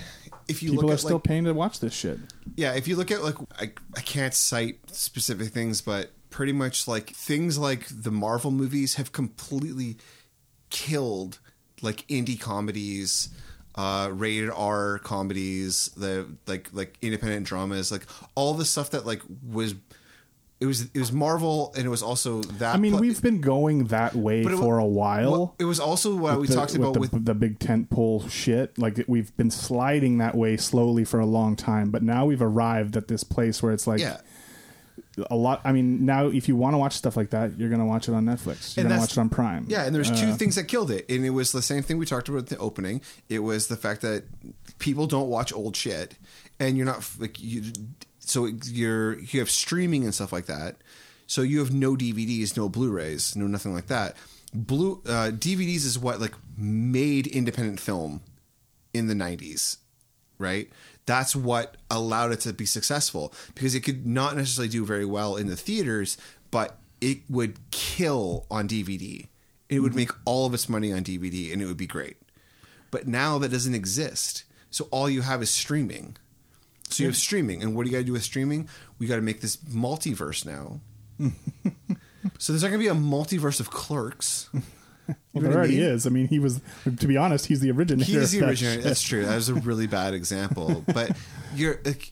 Speaker 4: if you
Speaker 5: People
Speaker 4: look
Speaker 5: are
Speaker 4: at
Speaker 5: still
Speaker 4: like
Speaker 5: paying to watch this shit.
Speaker 4: yeah, if you look at like I, I can't cite specific things, but pretty much like things like the Marvel movies have completely killed like indie comedies, uh, rated R comedies, the like like independent dramas, like all the stuff that like was it was it was Marvel and it was also that.
Speaker 5: I mean,
Speaker 4: pla-
Speaker 5: we've been going that way
Speaker 4: But it wa-
Speaker 5: for a while.
Speaker 4: well, it was also what we
Speaker 5: the-
Speaker 4: talked about
Speaker 5: the,
Speaker 4: with
Speaker 5: the big tent pole shit. Like we've been sliding that way slowly for a long time, but now we've arrived at this place where it's like
Speaker 4: yeah.
Speaker 5: a lot. I mean, now if you want to watch stuff like that, you're gonna watch it on Netflix. You're
Speaker 4: And
Speaker 5: gonna
Speaker 4: that's-
Speaker 5: watch it on Prime.
Speaker 4: Yeah, and there's two things that killed it, and it was the same thing we talked about at the opening. It was the fact that people don't watch old shit, and you're not like you. So you're you have streaming and stuff like that. So you have no DVDs, no Blu-rays, no nothing like that. Blue uh, DVDs is what like made independent film in the 90s right? That's what allowed it to be successful because it could not necessarily do very well in the theaters, but it would kill on DVD. It would make all of its money on DVD and it would be great. But now that doesn't exist. So all you have is streaming. So you have streaming. And what do you got to do with streaming? We got to make this multiverse now. so there's not going to be a multiverse of clerks.
Speaker 5: well,
Speaker 4: know
Speaker 5: there
Speaker 4: what I
Speaker 5: already
Speaker 4: mean?
Speaker 5: is. I mean, he was. To be honest, he's the originator.
Speaker 4: He is the
Speaker 5: of that
Speaker 4: originator.
Speaker 5: shit.
Speaker 4: That's true. That was a really bad example. But you're like,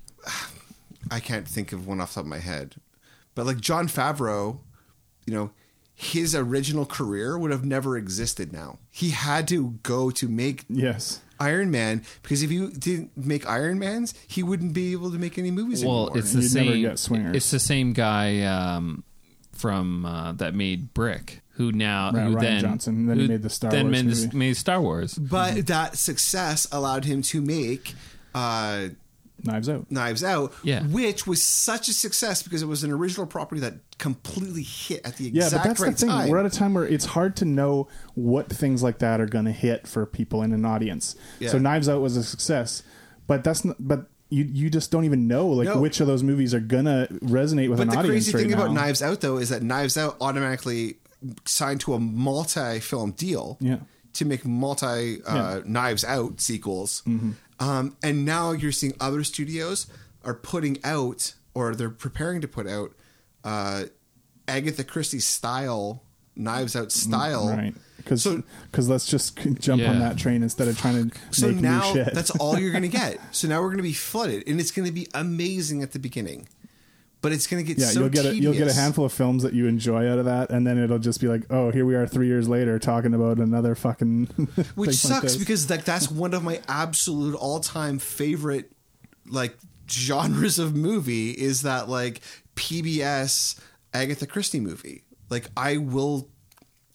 Speaker 4: I can't think of one off the top of my head. But like John Favreau, you know, his original career would have never existed now. He had to go to make
Speaker 5: Yes.
Speaker 4: Iron Man because if you didn't make Iron Man's, he wouldn't be able to make any movies
Speaker 6: Well,
Speaker 4: anymore.
Speaker 6: it's the
Speaker 5: You'd never
Speaker 6: same.
Speaker 5: get Swingers.
Speaker 6: It's the same guy um, from uh, that made Brick, who now
Speaker 5: Right,
Speaker 6: who
Speaker 5: Ryan
Speaker 6: then
Speaker 5: Johnson, then he made the Star
Speaker 6: then
Speaker 5: Wars
Speaker 6: made, the-
Speaker 5: movie.
Speaker 6: made Star Wars.
Speaker 4: but that success allowed him to make uh,
Speaker 5: Knives Out.
Speaker 4: Knives Out,
Speaker 6: Yeah.
Speaker 4: which was such a success because it was an original property that completely hit at the
Speaker 5: Yeah,
Speaker 4: exact
Speaker 5: but that's
Speaker 4: right
Speaker 5: the thing.
Speaker 4: time.
Speaker 5: We're at a time where it's hard to know what things like that are going to hit for people in an audience.
Speaker 4: Yeah.
Speaker 5: So Knives Out was a success, but that's not, but you you just don't even know like
Speaker 4: No.
Speaker 5: which of those movies are going to resonate with
Speaker 4: but
Speaker 5: an
Speaker 4: the
Speaker 5: audience
Speaker 4: crazy
Speaker 5: right
Speaker 4: thing
Speaker 5: now.
Speaker 4: about Knives Out though is that Knives Out automatically signed to a multi-film deal
Speaker 5: Yeah.
Speaker 4: to make multi uh, Knives Out sequels,
Speaker 5: Mm-hmm.
Speaker 4: um, and now you're seeing other studios are putting out or they're preparing to put out uh, Agatha Christie style Knives Out style.
Speaker 5: Mm, Right. Because
Speaker 4: So-
Speaker 5: let's just c- jump on
Speaker 6: Yeah.
Speaker 5: that train instead of trying to
Speaker 4: So
Speaker 5: make
Speaker 4: now
Speaker 5: new shit.
Speaker 4: that's all you're going to get. So now we're going to be flooded, and it's going to be amazing at the beginning, but it's going to get
Speaker 5: yeah,
Speaker 4: so
Speaker 5: you'll get a, you'll get a
Speaker 4: tedious.
Speaker 5: handful of films that you enjoy out of that, and then it'll just be like, oh, here we are three years later talking about another fucking.
Speaker 4: which
Speaker 5: thing like
Speaker 4: sucks
Speaker 5: this.
Speaker 4: because like that's one of my absolute all-time favorite like genres of movie is that like PBS Agatha Christie movie. Like I will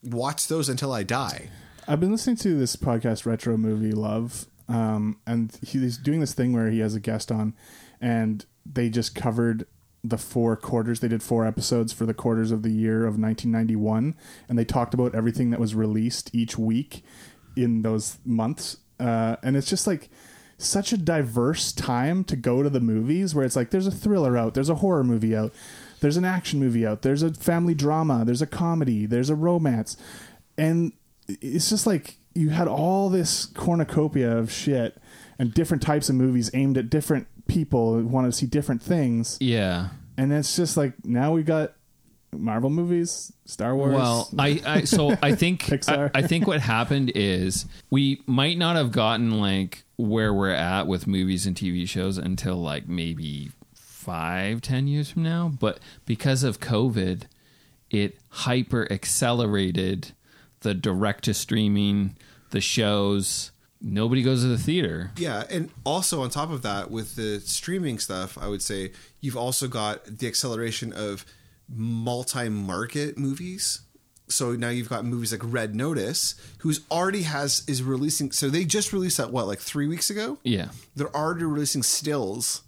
Speaker 4: watch those until I die.
Speaker 5: I've been listening to this podcast, Retro Movie Love, um, and he's doing this thing where he has a guest on, and they just covered the four quarters. They did four episodes for the quarters of the year of 1991, and they talked about everything that was released each week in those months. Uh, and it's just like such a diverse time to go to the movies where it's like there's a thriller out, there's a horror movie out, there's an action movie out, there's a family drama, there's a comedy, there's a romance. And it's just like you had all this cornucopia of shit and different types of movies aimed at different people who wanted to see different things
Speaker 6: Yeah.
Speaker 5: and it's just like now we got marvel movies star wars
Speaker 6: Well, I, I so I think I,
Speaker 5: Pixar.
Speaker 6: I think what happened is we might not have gotten like where we're at with movies and TV shows until like maybe five, ten years from now. But because of COVID, it hyper accelerated the direct to streaming, the shows. Nobody goes to the theater.
Speaker 4: Yeah, and also on top of that, with the streaming stuff, I would say you've also got the acceleration of multi-market movies. So now you've got movies like Red Notice, who's already has is releasing. So they just released that what like three weeks ago.
Speaker 6: Yeah.
Speaker 4: they're already releasing stills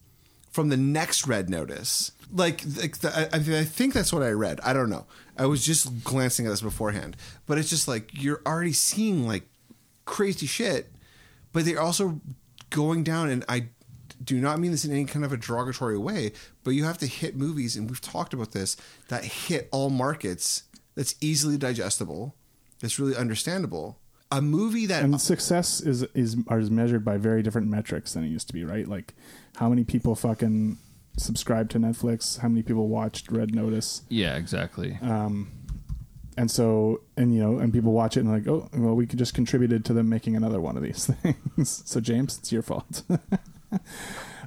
Speaker 4: from the next Red Notice. Like, like the, I, I I think that's what I read. I don't know. I was just glancing at this beforehand, but it's just like you're already seeing like crazy shit, but they're also going down. And I do not mean this in any kind of a derogatory way, but you have to hit movies, and we've talked about this that hit all markets. That's easily digestible. That's really understandable. A movie that
Speaker 5: and success is is is measured by very different metrics than it used to be right like how many people fucking subscribe to netflix how many people watched red notice
Speaker 6: Yeah, exactly.
Speaker 5: Uh, and so and you know and people watch it and like oh well we could just contributed to them making another one of these things so james it's your fault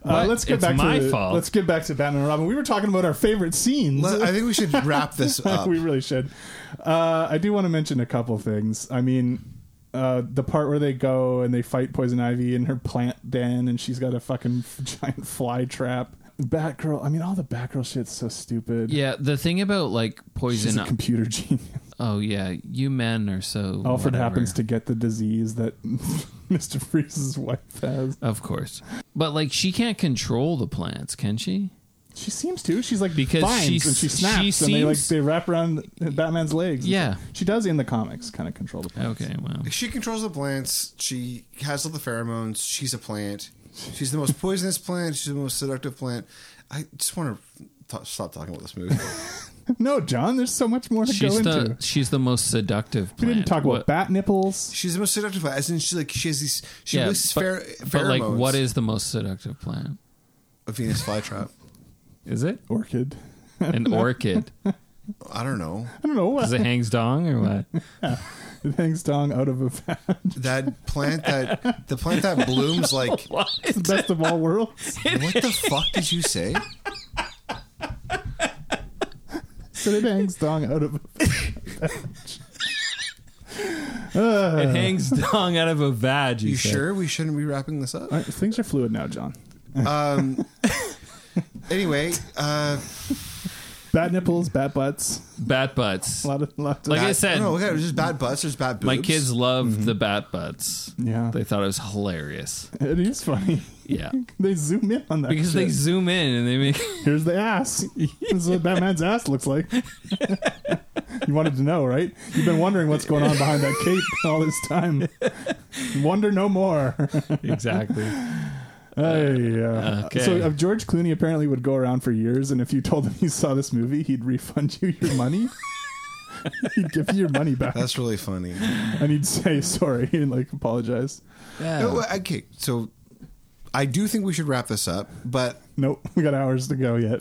Speaker 5: Uh,
Speaker 6: What?
Speaker 5: let's get
Speaker 6: It's
Speaker 5: back
Speaker 6: my
Speaker 5: to
Speaker 6: fault.
Speaker 5: let's get back to Batman and Robin. We were talking about our favorite scenes.
Speaker 4: Let- I think we should wrap this up.
Speaker 5: we really should. Uh, I do want to mention a couple things. I mean, uh, the part where they go and they fight Poison Ivy in her plant den, and she's got a fucking giant fly trap. Batgirl. I mean, all the Batgirl shit's so stupid.
Speaker 6: yeah, the thing about like
Speaker 5: she's
Speaker 6: poison.
Speaker 5: a computer genius.
Speaker 6: oh yeah, you men are so.
Speaker 5: Alfred
Speaker 6: whatever.
Speaker 5: happens to get the disease that Mister Freeze's wife has.
Speaker 6: Of course. But like she can't control the plants, can she?
Speaker 5: She seems to. She's like
Speaker 6: Because
Speaker 5: binds
Speaker 6: she's-
Speaker 5: and she snaps,
Speaker 6: she
Speaker 5: and they like
Speaker 6: seems-
Speaker 5: they wrap around Batman's legs.
Speaker 6: Yeah.
Speaker 5: she does in the comics kind of control the. plants.
Speaker 6: Okay, well.
Speaker 4: She controls the plants. She has all the pheromones. She's a plant. She's the most poisonous plant. She's the most seductive plant. I just want to t- stop talking about this movie.
Speaker 5: No, John. There's so much more to go
Speaker 6: She's
Speaker 5: into.
Speaker 6: the she's the most seductive
Speaker 5: We
Speaker 6: plant.
Speaker 5: didn't talk about
Speaker 6: What-
Speaker 5: bat nipples.
Speaker 4: she's the most seductive plant. As in, she like she has these. She
Speaker 6: yeah,
Speaker 4: releases
Speaker 6: but,
Speaker 4: pher-
Speaker 6: but,
Speaker 4: pheromones.
Speaker 6: like what is the most seductive plant?
Speaker 4: a Venus flytrap?
Speaker 6: Is it
Speaker 5: Orchid.
Speaker 6: an orchid?
Speaker 4: I don't know.
Speaker 5: I don't know
Speaker 6: Does
Speaker 5: what
Speaker 6: it hangs dong or what?
Speaker 5: it hangs dong out of a vat.
Speaker 4: That plant that the plant that blooms like what
Speaker 5: It's the best of all worlds.
Speaker 4: the fuck did you say?
Speaker 5: So it hangs dong out of. A Uh.
Speaker 6: It hangs dong out of a vag.
Speaker 4: You sure we shouldn't be wrapping this up? Um,
Speaker 5: All right, things are fluid now, John.
Speaker 4: Anyway, uh,
Speaker 5: Bat nipples, bat butts.
Speaker 6: Bat butts.
Speaker 5: A lot of, lot of
Speaker 6: Like I said,
Speaker 4: no, okay, there's just bad butts. There's bad boobs.
Speaker 6: my kids loved the bat butts.
Speaker 5: Mm-hmm. Yeah.
Speaker 6: They thought it was hilarious.
Speaker 5: it is funny.
Speaker 6: Yeah.
Speaker 5: They zoom in on that
Speaker 6: Because they
Speaker 5: shit.
Speaker 6: zoom in and they make
Speaker 5: Here's the ass. this is what Batman's ass looks like. you wanted to know, right? You've been wondering what's going on behind that cape all this time. Wonder no more.
Speaker 6: Exactly.
Speaker 5: Hey, yeah.
Speaker 6: okay.
Speaker 5: So uh, George Clooney apparently would go around for years, and if you told him you saw this movie, he'd refund you your money. he'd give you your money back,
Speaker 4: That's really funny.
Speaker 5: and he'd say sorry and like apologize. Oh.
Speaker 4: No, okay, so I do think we should wrap this up, but
Speaker 5: Nope, we got hours to go yet.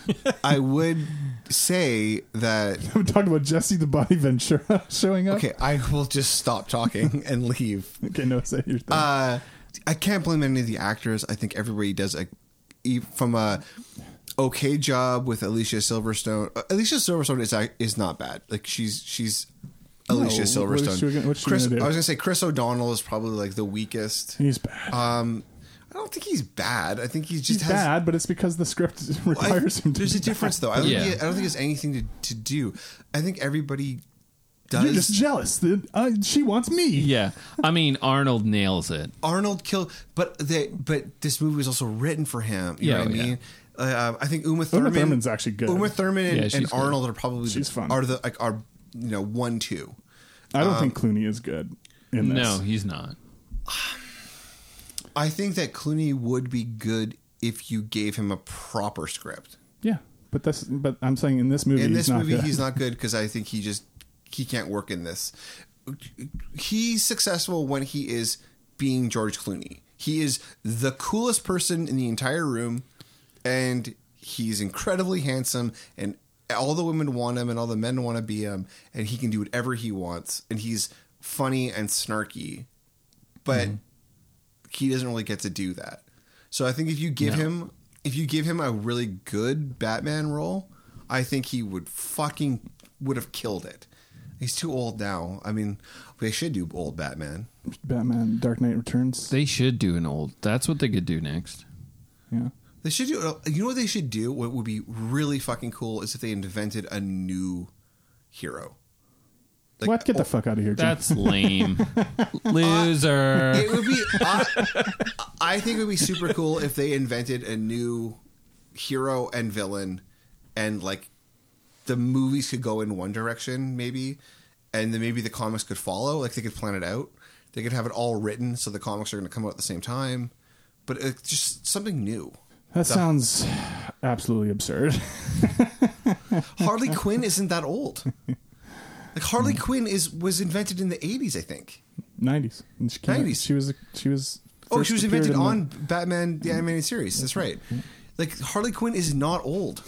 Speaker 4: I would say that
Speaker 5: We talked about Jesse the Body Ventura showing up.
Speaker 4: okay, I will just stop talking and leave.
Speaker 5: Okay, no, say your thing.
Speaker 4: Uh, I can't blame any of the actors. I think everybody does a e- from a okay job with Alicia Silverstone. Uh, Alicia Silverstone is ac- is not bad. Like she's she's Alicia
Speaker 5: No, what- what is
Speaker 4: Silverstone.
Speaker 5: she gonna- what's she
Speaker 4: Chris,
Speaker 5: gonna do?
Speaker 4: I was gonna say Chris O'Donnell is probably like the weakest.
Speaker 5: He's bad.
Speaker 4: Um, I don't think he's bad. I think he just
Speaker 5: He's
Speaker 4: has
Speaker 5: bad, but it's because the script
Speaker 4: I-
Speaker 5: requires him to.
Speaker 4: there's
Speaker 5: be
Speaker 4: a difference though. I don't, think,
Speaker 6: Yeah.
Speaker 4: it- I don't think it's anything to, to do. I think everybody
Speaker 5: bad.
Speaker 4: does.
Speaker 5: You're just jealous. that, uh, she wants me.
Speaker 6: Yeah. I mean, Arnold nails it.
Speaker 4: Arnold killed, but they, but this movie was also written for him. You
Speaker 6: Yeah,
Speaker 4: know what
Speaker 6: oh,
Speaker 4: I
Speaker 6: yeah.
Speaker 4: mean? Uh, I think Uma Thurman.
Speaker 5: Thurman's actually good.
Speaker 4: Uma Thurman and,
Speaker 6: Yeah,
Speaker 4: and
Speaker 6: she's good.
Speaker 4: Arnold are probably
Speaker 5: She's
Speaker 4: the,
Speaker 5: fun.
Speaker 4: are the like are you know one two.
Speaker 5: I don't think
Speaker 4: Um,
Speaker 5: Clooney is good in this.
Speaker 6: No, he's not.
Speaker 4: I think that Clooney would be good if you gave him a proper script.
Speaker 5: Yeah, but this. But I'm saying in this movie,
Speaker 4: in
Speaker 5: he's
Speaker 4: this
Speaker 5: not
Speaker 4: movie
Speaker 5: good.
Speaker 4: he's not good because i think he just he can't work in this he's successful when he is being george clooney he is the coolest person in the entire room and he's incredibly handsome and all the women want him and all the men want to be him and he can do whatever he wants and he's funny and snarky but
Speaker 5: Mm-hmm.
Speaker 4: he doesn't really get to do that. So I think if you give him if you give him a really good Batman role, I think he would fucking would have killed it. He's too old now. I mean, they should do old Batman.
Speaker 5: Batman: Dark Knight Returns.
Speaker 6: They should do an old. That's what they could do next.
Speaker 5: yeah,
Speaker 4: They should do. You know what they should do? What would be really fucking cool is if they invented a new hero. Like, oh,
Speaker 5: what? Get the fuck out of here, Jim.
Speaker 6: That's lame. Loser.
Speaker 4: It would be. I, I think it would be super cool if they invented a new hero and villain, and like the movies could go in one direction, maybe, and then maybe the comics could follow. Like they could plan it out. They could have it all written so the comics are going to come out at the same time. But it's just something new.
Speaker 5: that sounds absolutely absurd.
Speaker 4: Harley Quinn isn't that old. Like Harley Quinn is was invented in the eighties, I think.
Speaker 5: 90s. And she came
Speaker 4: 90s.
Speaker 5: She was. She was.
Speaker 4: Oh,
Speaker 5: first
Speaker 4: she was
Speaker 5: appeared
Speaker 4: invented
Speaker 5: in the-
Speaker 4: on Batman the animated series. That's right. Like Harley Quinn is not old.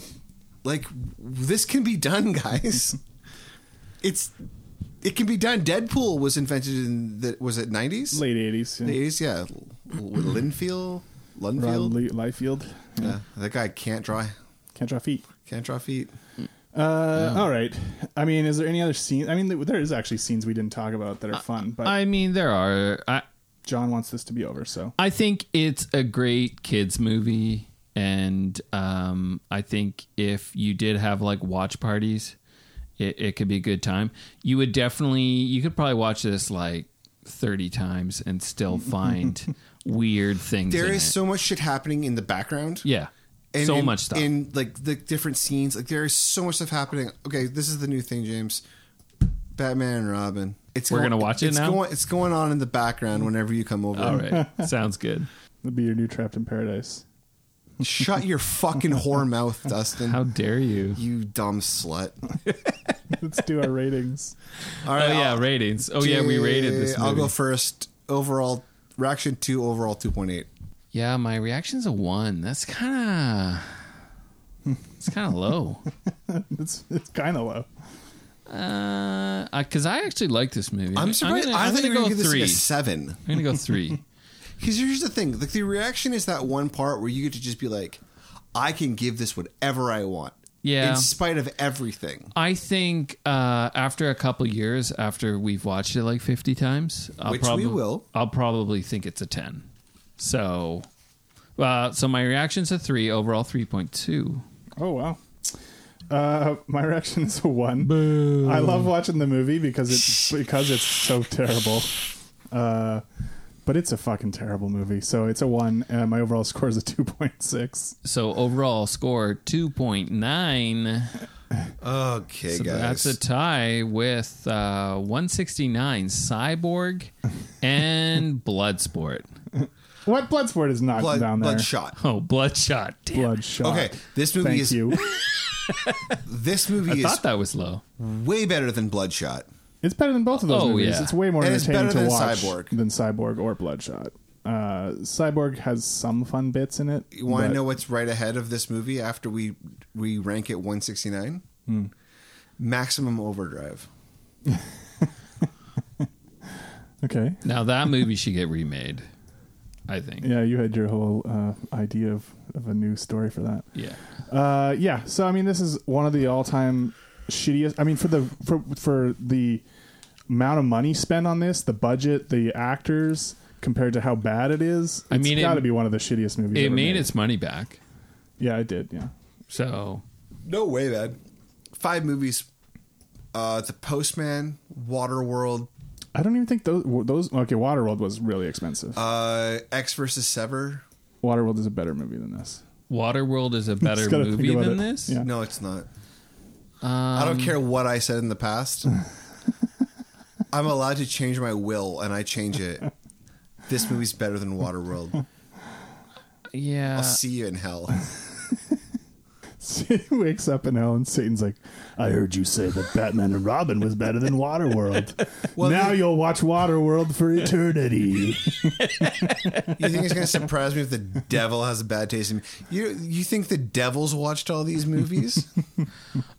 Speaker 4: Like this can be done, guys. it's it can be done. Deadpool was invented in the was it nineties,
Speaker 5: late 80s. Yeah.
Speaker 4: eighties, yeah. L- L- Linfield,
Speaker 5: Rod
Speaker 4: Lunfield.
Speaker 5: Le- Liefeld. Yeah.
Speaker 4: yeah, that guy can't draw,
Speaker 5: Can't draw feet.
Speaker 4: can't draw feet.
Speaker 5: Uh, All right. I mean, is there any other scene? I mean, th- there is actually scenes we didn't talk about that are fun, but
Speaker 6: I mean, there are. I,
Speaker 5: John wants this to be over, so
Speaker 6: I think it's a great kids movie, and um, I think if you did have like watch parties, it, it could be a good time. You would definitely, you could probably watch this like thirty times and still find weird things.
Speaker 4: There
Speaker 6: in
Speaker 4: is
Speaker 6: it.
Speaker 4: so much shit happening in the background.
Speaker 6: yeah,
Speaker 4: And
Speaker 6: so
Speaker 4: in-
Speaker 6: much stuff.
Speaker 4: in like the different scenes. Like there is so much stuff happening. Okay, this is the new thing, James. Batman and Robin. It's
Speaker 6: We're gonna watch it
Speaker 4: it's
Speaker 6: now? Oh.
Speaker 4: Going, it's going on in the background whenever you come over.
Speaker 6: All right, sounds good.
Speaker 5: it'll be your new Trapped in Paradise.
Speaker 4: Shut your fucking whore mouth, Dustin.
Speaker 6: How dare you?
Speaker 4: you dumb slut.
Speaker 5: Let's do our ratings.
Speaker 4: All
Speaker 6: Oh
Speaker 4: right.
Speaker 6: yeah,
Speaker 4: I'll-
Speaker 6: ratings. Oh yeah, we rated this. Movie.
Speaker 4: I'll go first. Overall, reaction two. Overall, two point eight.
Speaker 6: Yeah, my reaction's a one. That's kind of. It's kind of low.
Speaker 5: It's it's kind of low.
Speaker 6: because Uh, I actually like this movie.
Speaker 4: I'm surprised. I thought you were gonna give this
Speaker 6: three.
Speaker 4: like a seven.
Speaker 6: I'm gonna go three.
Speaker 4: Because here's the thing: like the reaction is that one part where you get to just be like, "I can give this whatever I want."
Speaker 6: Yeah.
Speaker 4: In spite of everything,
Speaker 6: I think uh, after a couple years, after we've watched it like 50 times, I'll
Speaker 4: Which we
Speaker 6: probably,
Speaker 4: will.
Speaker 6: I'll probably think it's a 10. So, uh, so my reaction's a three overall, 3.2.
Speaker 5: Oh wow. Uh, my reaction is a one. I love watching the movie because it's because it's so terrible. Uh, but it's a fucking terrible movie, so it's a one. Uh, my overall score is a two point six.
Speaker 6: So overall score 2.9.
Speaker 4: okay,
Speaker 6: So
Speaker 4: guys.
Speaker 6: that's a tie with uh, 169 Cyborg and Bloodsport.
Speaker 5: What Bloodsport is not
Speaker 4: blood,
Speaker 5: down there?
Speaker 4: bloodshot.
Speaker 6: Oh, Bloodshot. Damn.
Speaker 5: Bloodshot.
Speaker 4: Okay, this movie
Speaker 5: Thank
Speaker 4: is
Speaker 5: you.
Speaker 4: this
Speaker 6: I
Speaker 4: movie is
Speaker 6: thought that was low.
Speaker 4: way better than Bloodshot.
Speaker 5: It's better than both of those
Speaker 6: Oh,
Speaker 5: movies.
Speaker 6: yeah.
Speaker 5: It's way more
Speaker 4: And it's
Speaker 5: entertaining
Speaker 4: better
Speaker 5: to
Speaker 4: than
Speaker 5: watch
Speaker 4: Cyborg.
Speaker 5: than Cyborg or Bloodshot. Uh, Cyborg has some fun bits in it.
Speaker 4: You want
Speaker 5: but
Speaker 4: to know what's right ahead of this movie after we we rank it 169?
Speaker 6: Hmm.
Speaker 4: Maximum Overdrive.
Speaker 5: Okay.
Speaker 6: Now that movie should get remade, I think. Yeah.
Speaker 5: Yeah, you had your whole uh, idea of, of a new story for that. Uh, yeah. So I mean, this is one of the all time shittiest. I mean, for the for for the amount of money spent on this, the budget, the actors, compared to how bad it is,
Speaker 6: I mean,
Speaker 5: it's
Speaker 6: it-
Speaker 5: got to be one of the shittiest movies.
Speaker 6: It
Speaker 5: ever
Speaker 6: made its money back.
Speaker 5: Yeah, it did. Yeah,
Speaker 6: So
Speaker 4: No way, man. Five movies. Uh, The Postman, Waterworld,
Speaker 5: I don't even think those those. Okay, Waterworld was really expensive.
Speaker 4: uh, X versus Sever.
Speaker 5: Waterworld is a better movie than this.
Speaker 6: Waterworld is a better
Speaker 5: Just gotta
Speaker 6: movie
Speaker 5: think about
Speaker 6: than
Speaker 5: it.
Speaker 6: this.
Speaker 5: Yeah.
Speaker 4: No, it's not.
Speaker 5: Um,
Speaker 4: I don't care what I said in the past. I'm allowed to change my will, and I change it. This movie's better than Waterworld.
Speaker 6: Yeah.
Speaker 5: Uh,
Speaker 4: I'll see you in hell.
Speaker 5: he wakes up in hell and Satan's like, I heard you say that Batman and Robin was better than Waterworld. now
Speaker 4: the-
Speaker 5: you'll watch Waterworld for eternity.
Speaker 4: You think it's gonna surprise me if the devil has a bad taste in me? You you think the devil's watched all these movies?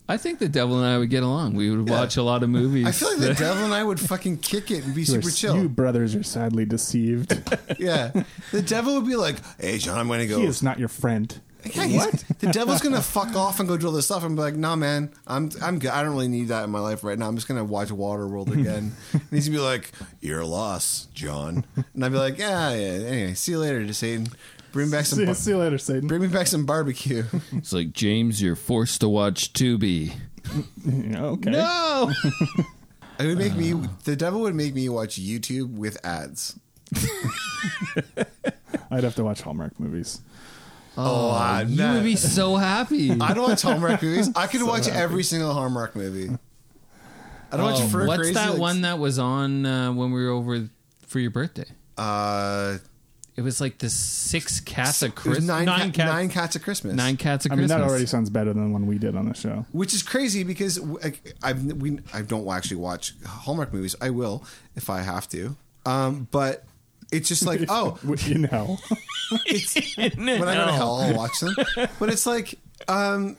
Speaker 6: I think the devil and I would get along. We would watch a lot of movies.
Speaker 4: I feel like the devil and I would fucking kick it and be
Speaker 5: You're-
Speaker 4: super chill.
Speaker 5: You brothers are sadly deceived.
Speaker 4: Yeah, the devil would be like, "Hey, John, I'm gonna go."
Speaker 5: he is not your friend.
Speaker 4: Yeah, he's- The devil's gonna fuck off and go do all this stuff. I'm like, nah, man, I'm I'm good. I don't really need that in my life right now. I'm just gonna watch Waterworld again. and he's gonna be like, "You're lost, John," and I'd be like, "Yeah, yeah. Anyway, see you later, Satan. Bring back some.
Speaker 5: See,
Speaker 4: bar-
Speaker 5: see you later, Satan.
Speaker 4: bring me back some barbecue."
Speaker 6: it's like James, you're forced to watch Tubi.
Speaker 5: You know, okay.
Speaker 6: No.
Speaker 4: It would make me.
Speaker 6: Uh.
Speaker 4: The devil would make me watch YouTube with ads.
Speaker 5: I'd have to watch Hallmark movies.
Speaker 4: Oh, I'm
Speaker 6: you
Speaker 4: not-
Speaker 6: would be so happy.
Speaker 4: I don't watch Hallmark movies. I could watch every single Hallmark movie. I don't watch Fur
Speaker 6: Oh, what's
Speaker 4: Crazy.
Speaker 6: that
Speaker 4: like-
Speaker 6: one that was on uh, when we were over for your birthday?
Speaker 4: Uh,
Speaker 6: It was like the six cats of
Speaker 4: it was
Speaker 6: Christmas.
Speaker 4: nine,
Speaker 6: nine,
Speaker 4: nine,
Speaker 6: cats.
Speaker 4: nine cats of Christmas.
Speaker 6: nine cats of
Speaker 5: I mean,
Speaker 6: Christmas.
Speaker 5: that already sounds better than the one we did on the show.
Speaker 4: which is crazy because w- I, I've, we, I don't actually watch Hallmark movies. I will if I have to, um, but it's just like oh,
Speaker 5: Which, you know,
Speaker 4: when I go to hell, I'll watch them. But it's like, um,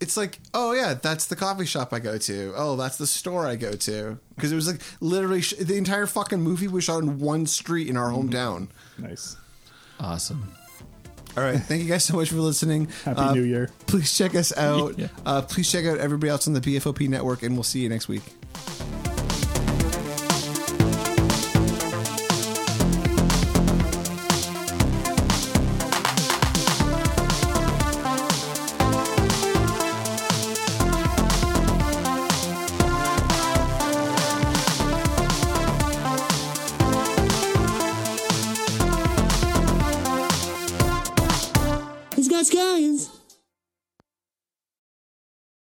Speaker 4: it's like, oh yeah, that's the coffee shop I go to. Oh, that's the store I go to. Because it was like literally sh- the entire fucking movie was shot on one street in our
Speaker 5: Mm-hmm.
Speaker 4: hometown.
Speaker 5: nice.
Speaker 6: awesome.
Speaker 4: All right, thank you guys so much for listening.
Speaker 5: Happy
Speaker 4: Uh,
Speaker 5: New Year.
Speaker 4: Please check us out.
Speaker 6: Yeah.
Speaker 4: Uh, please check out everybody else on the PFOP network, and we'll see you next week.
Speaker 7: He's got scallions.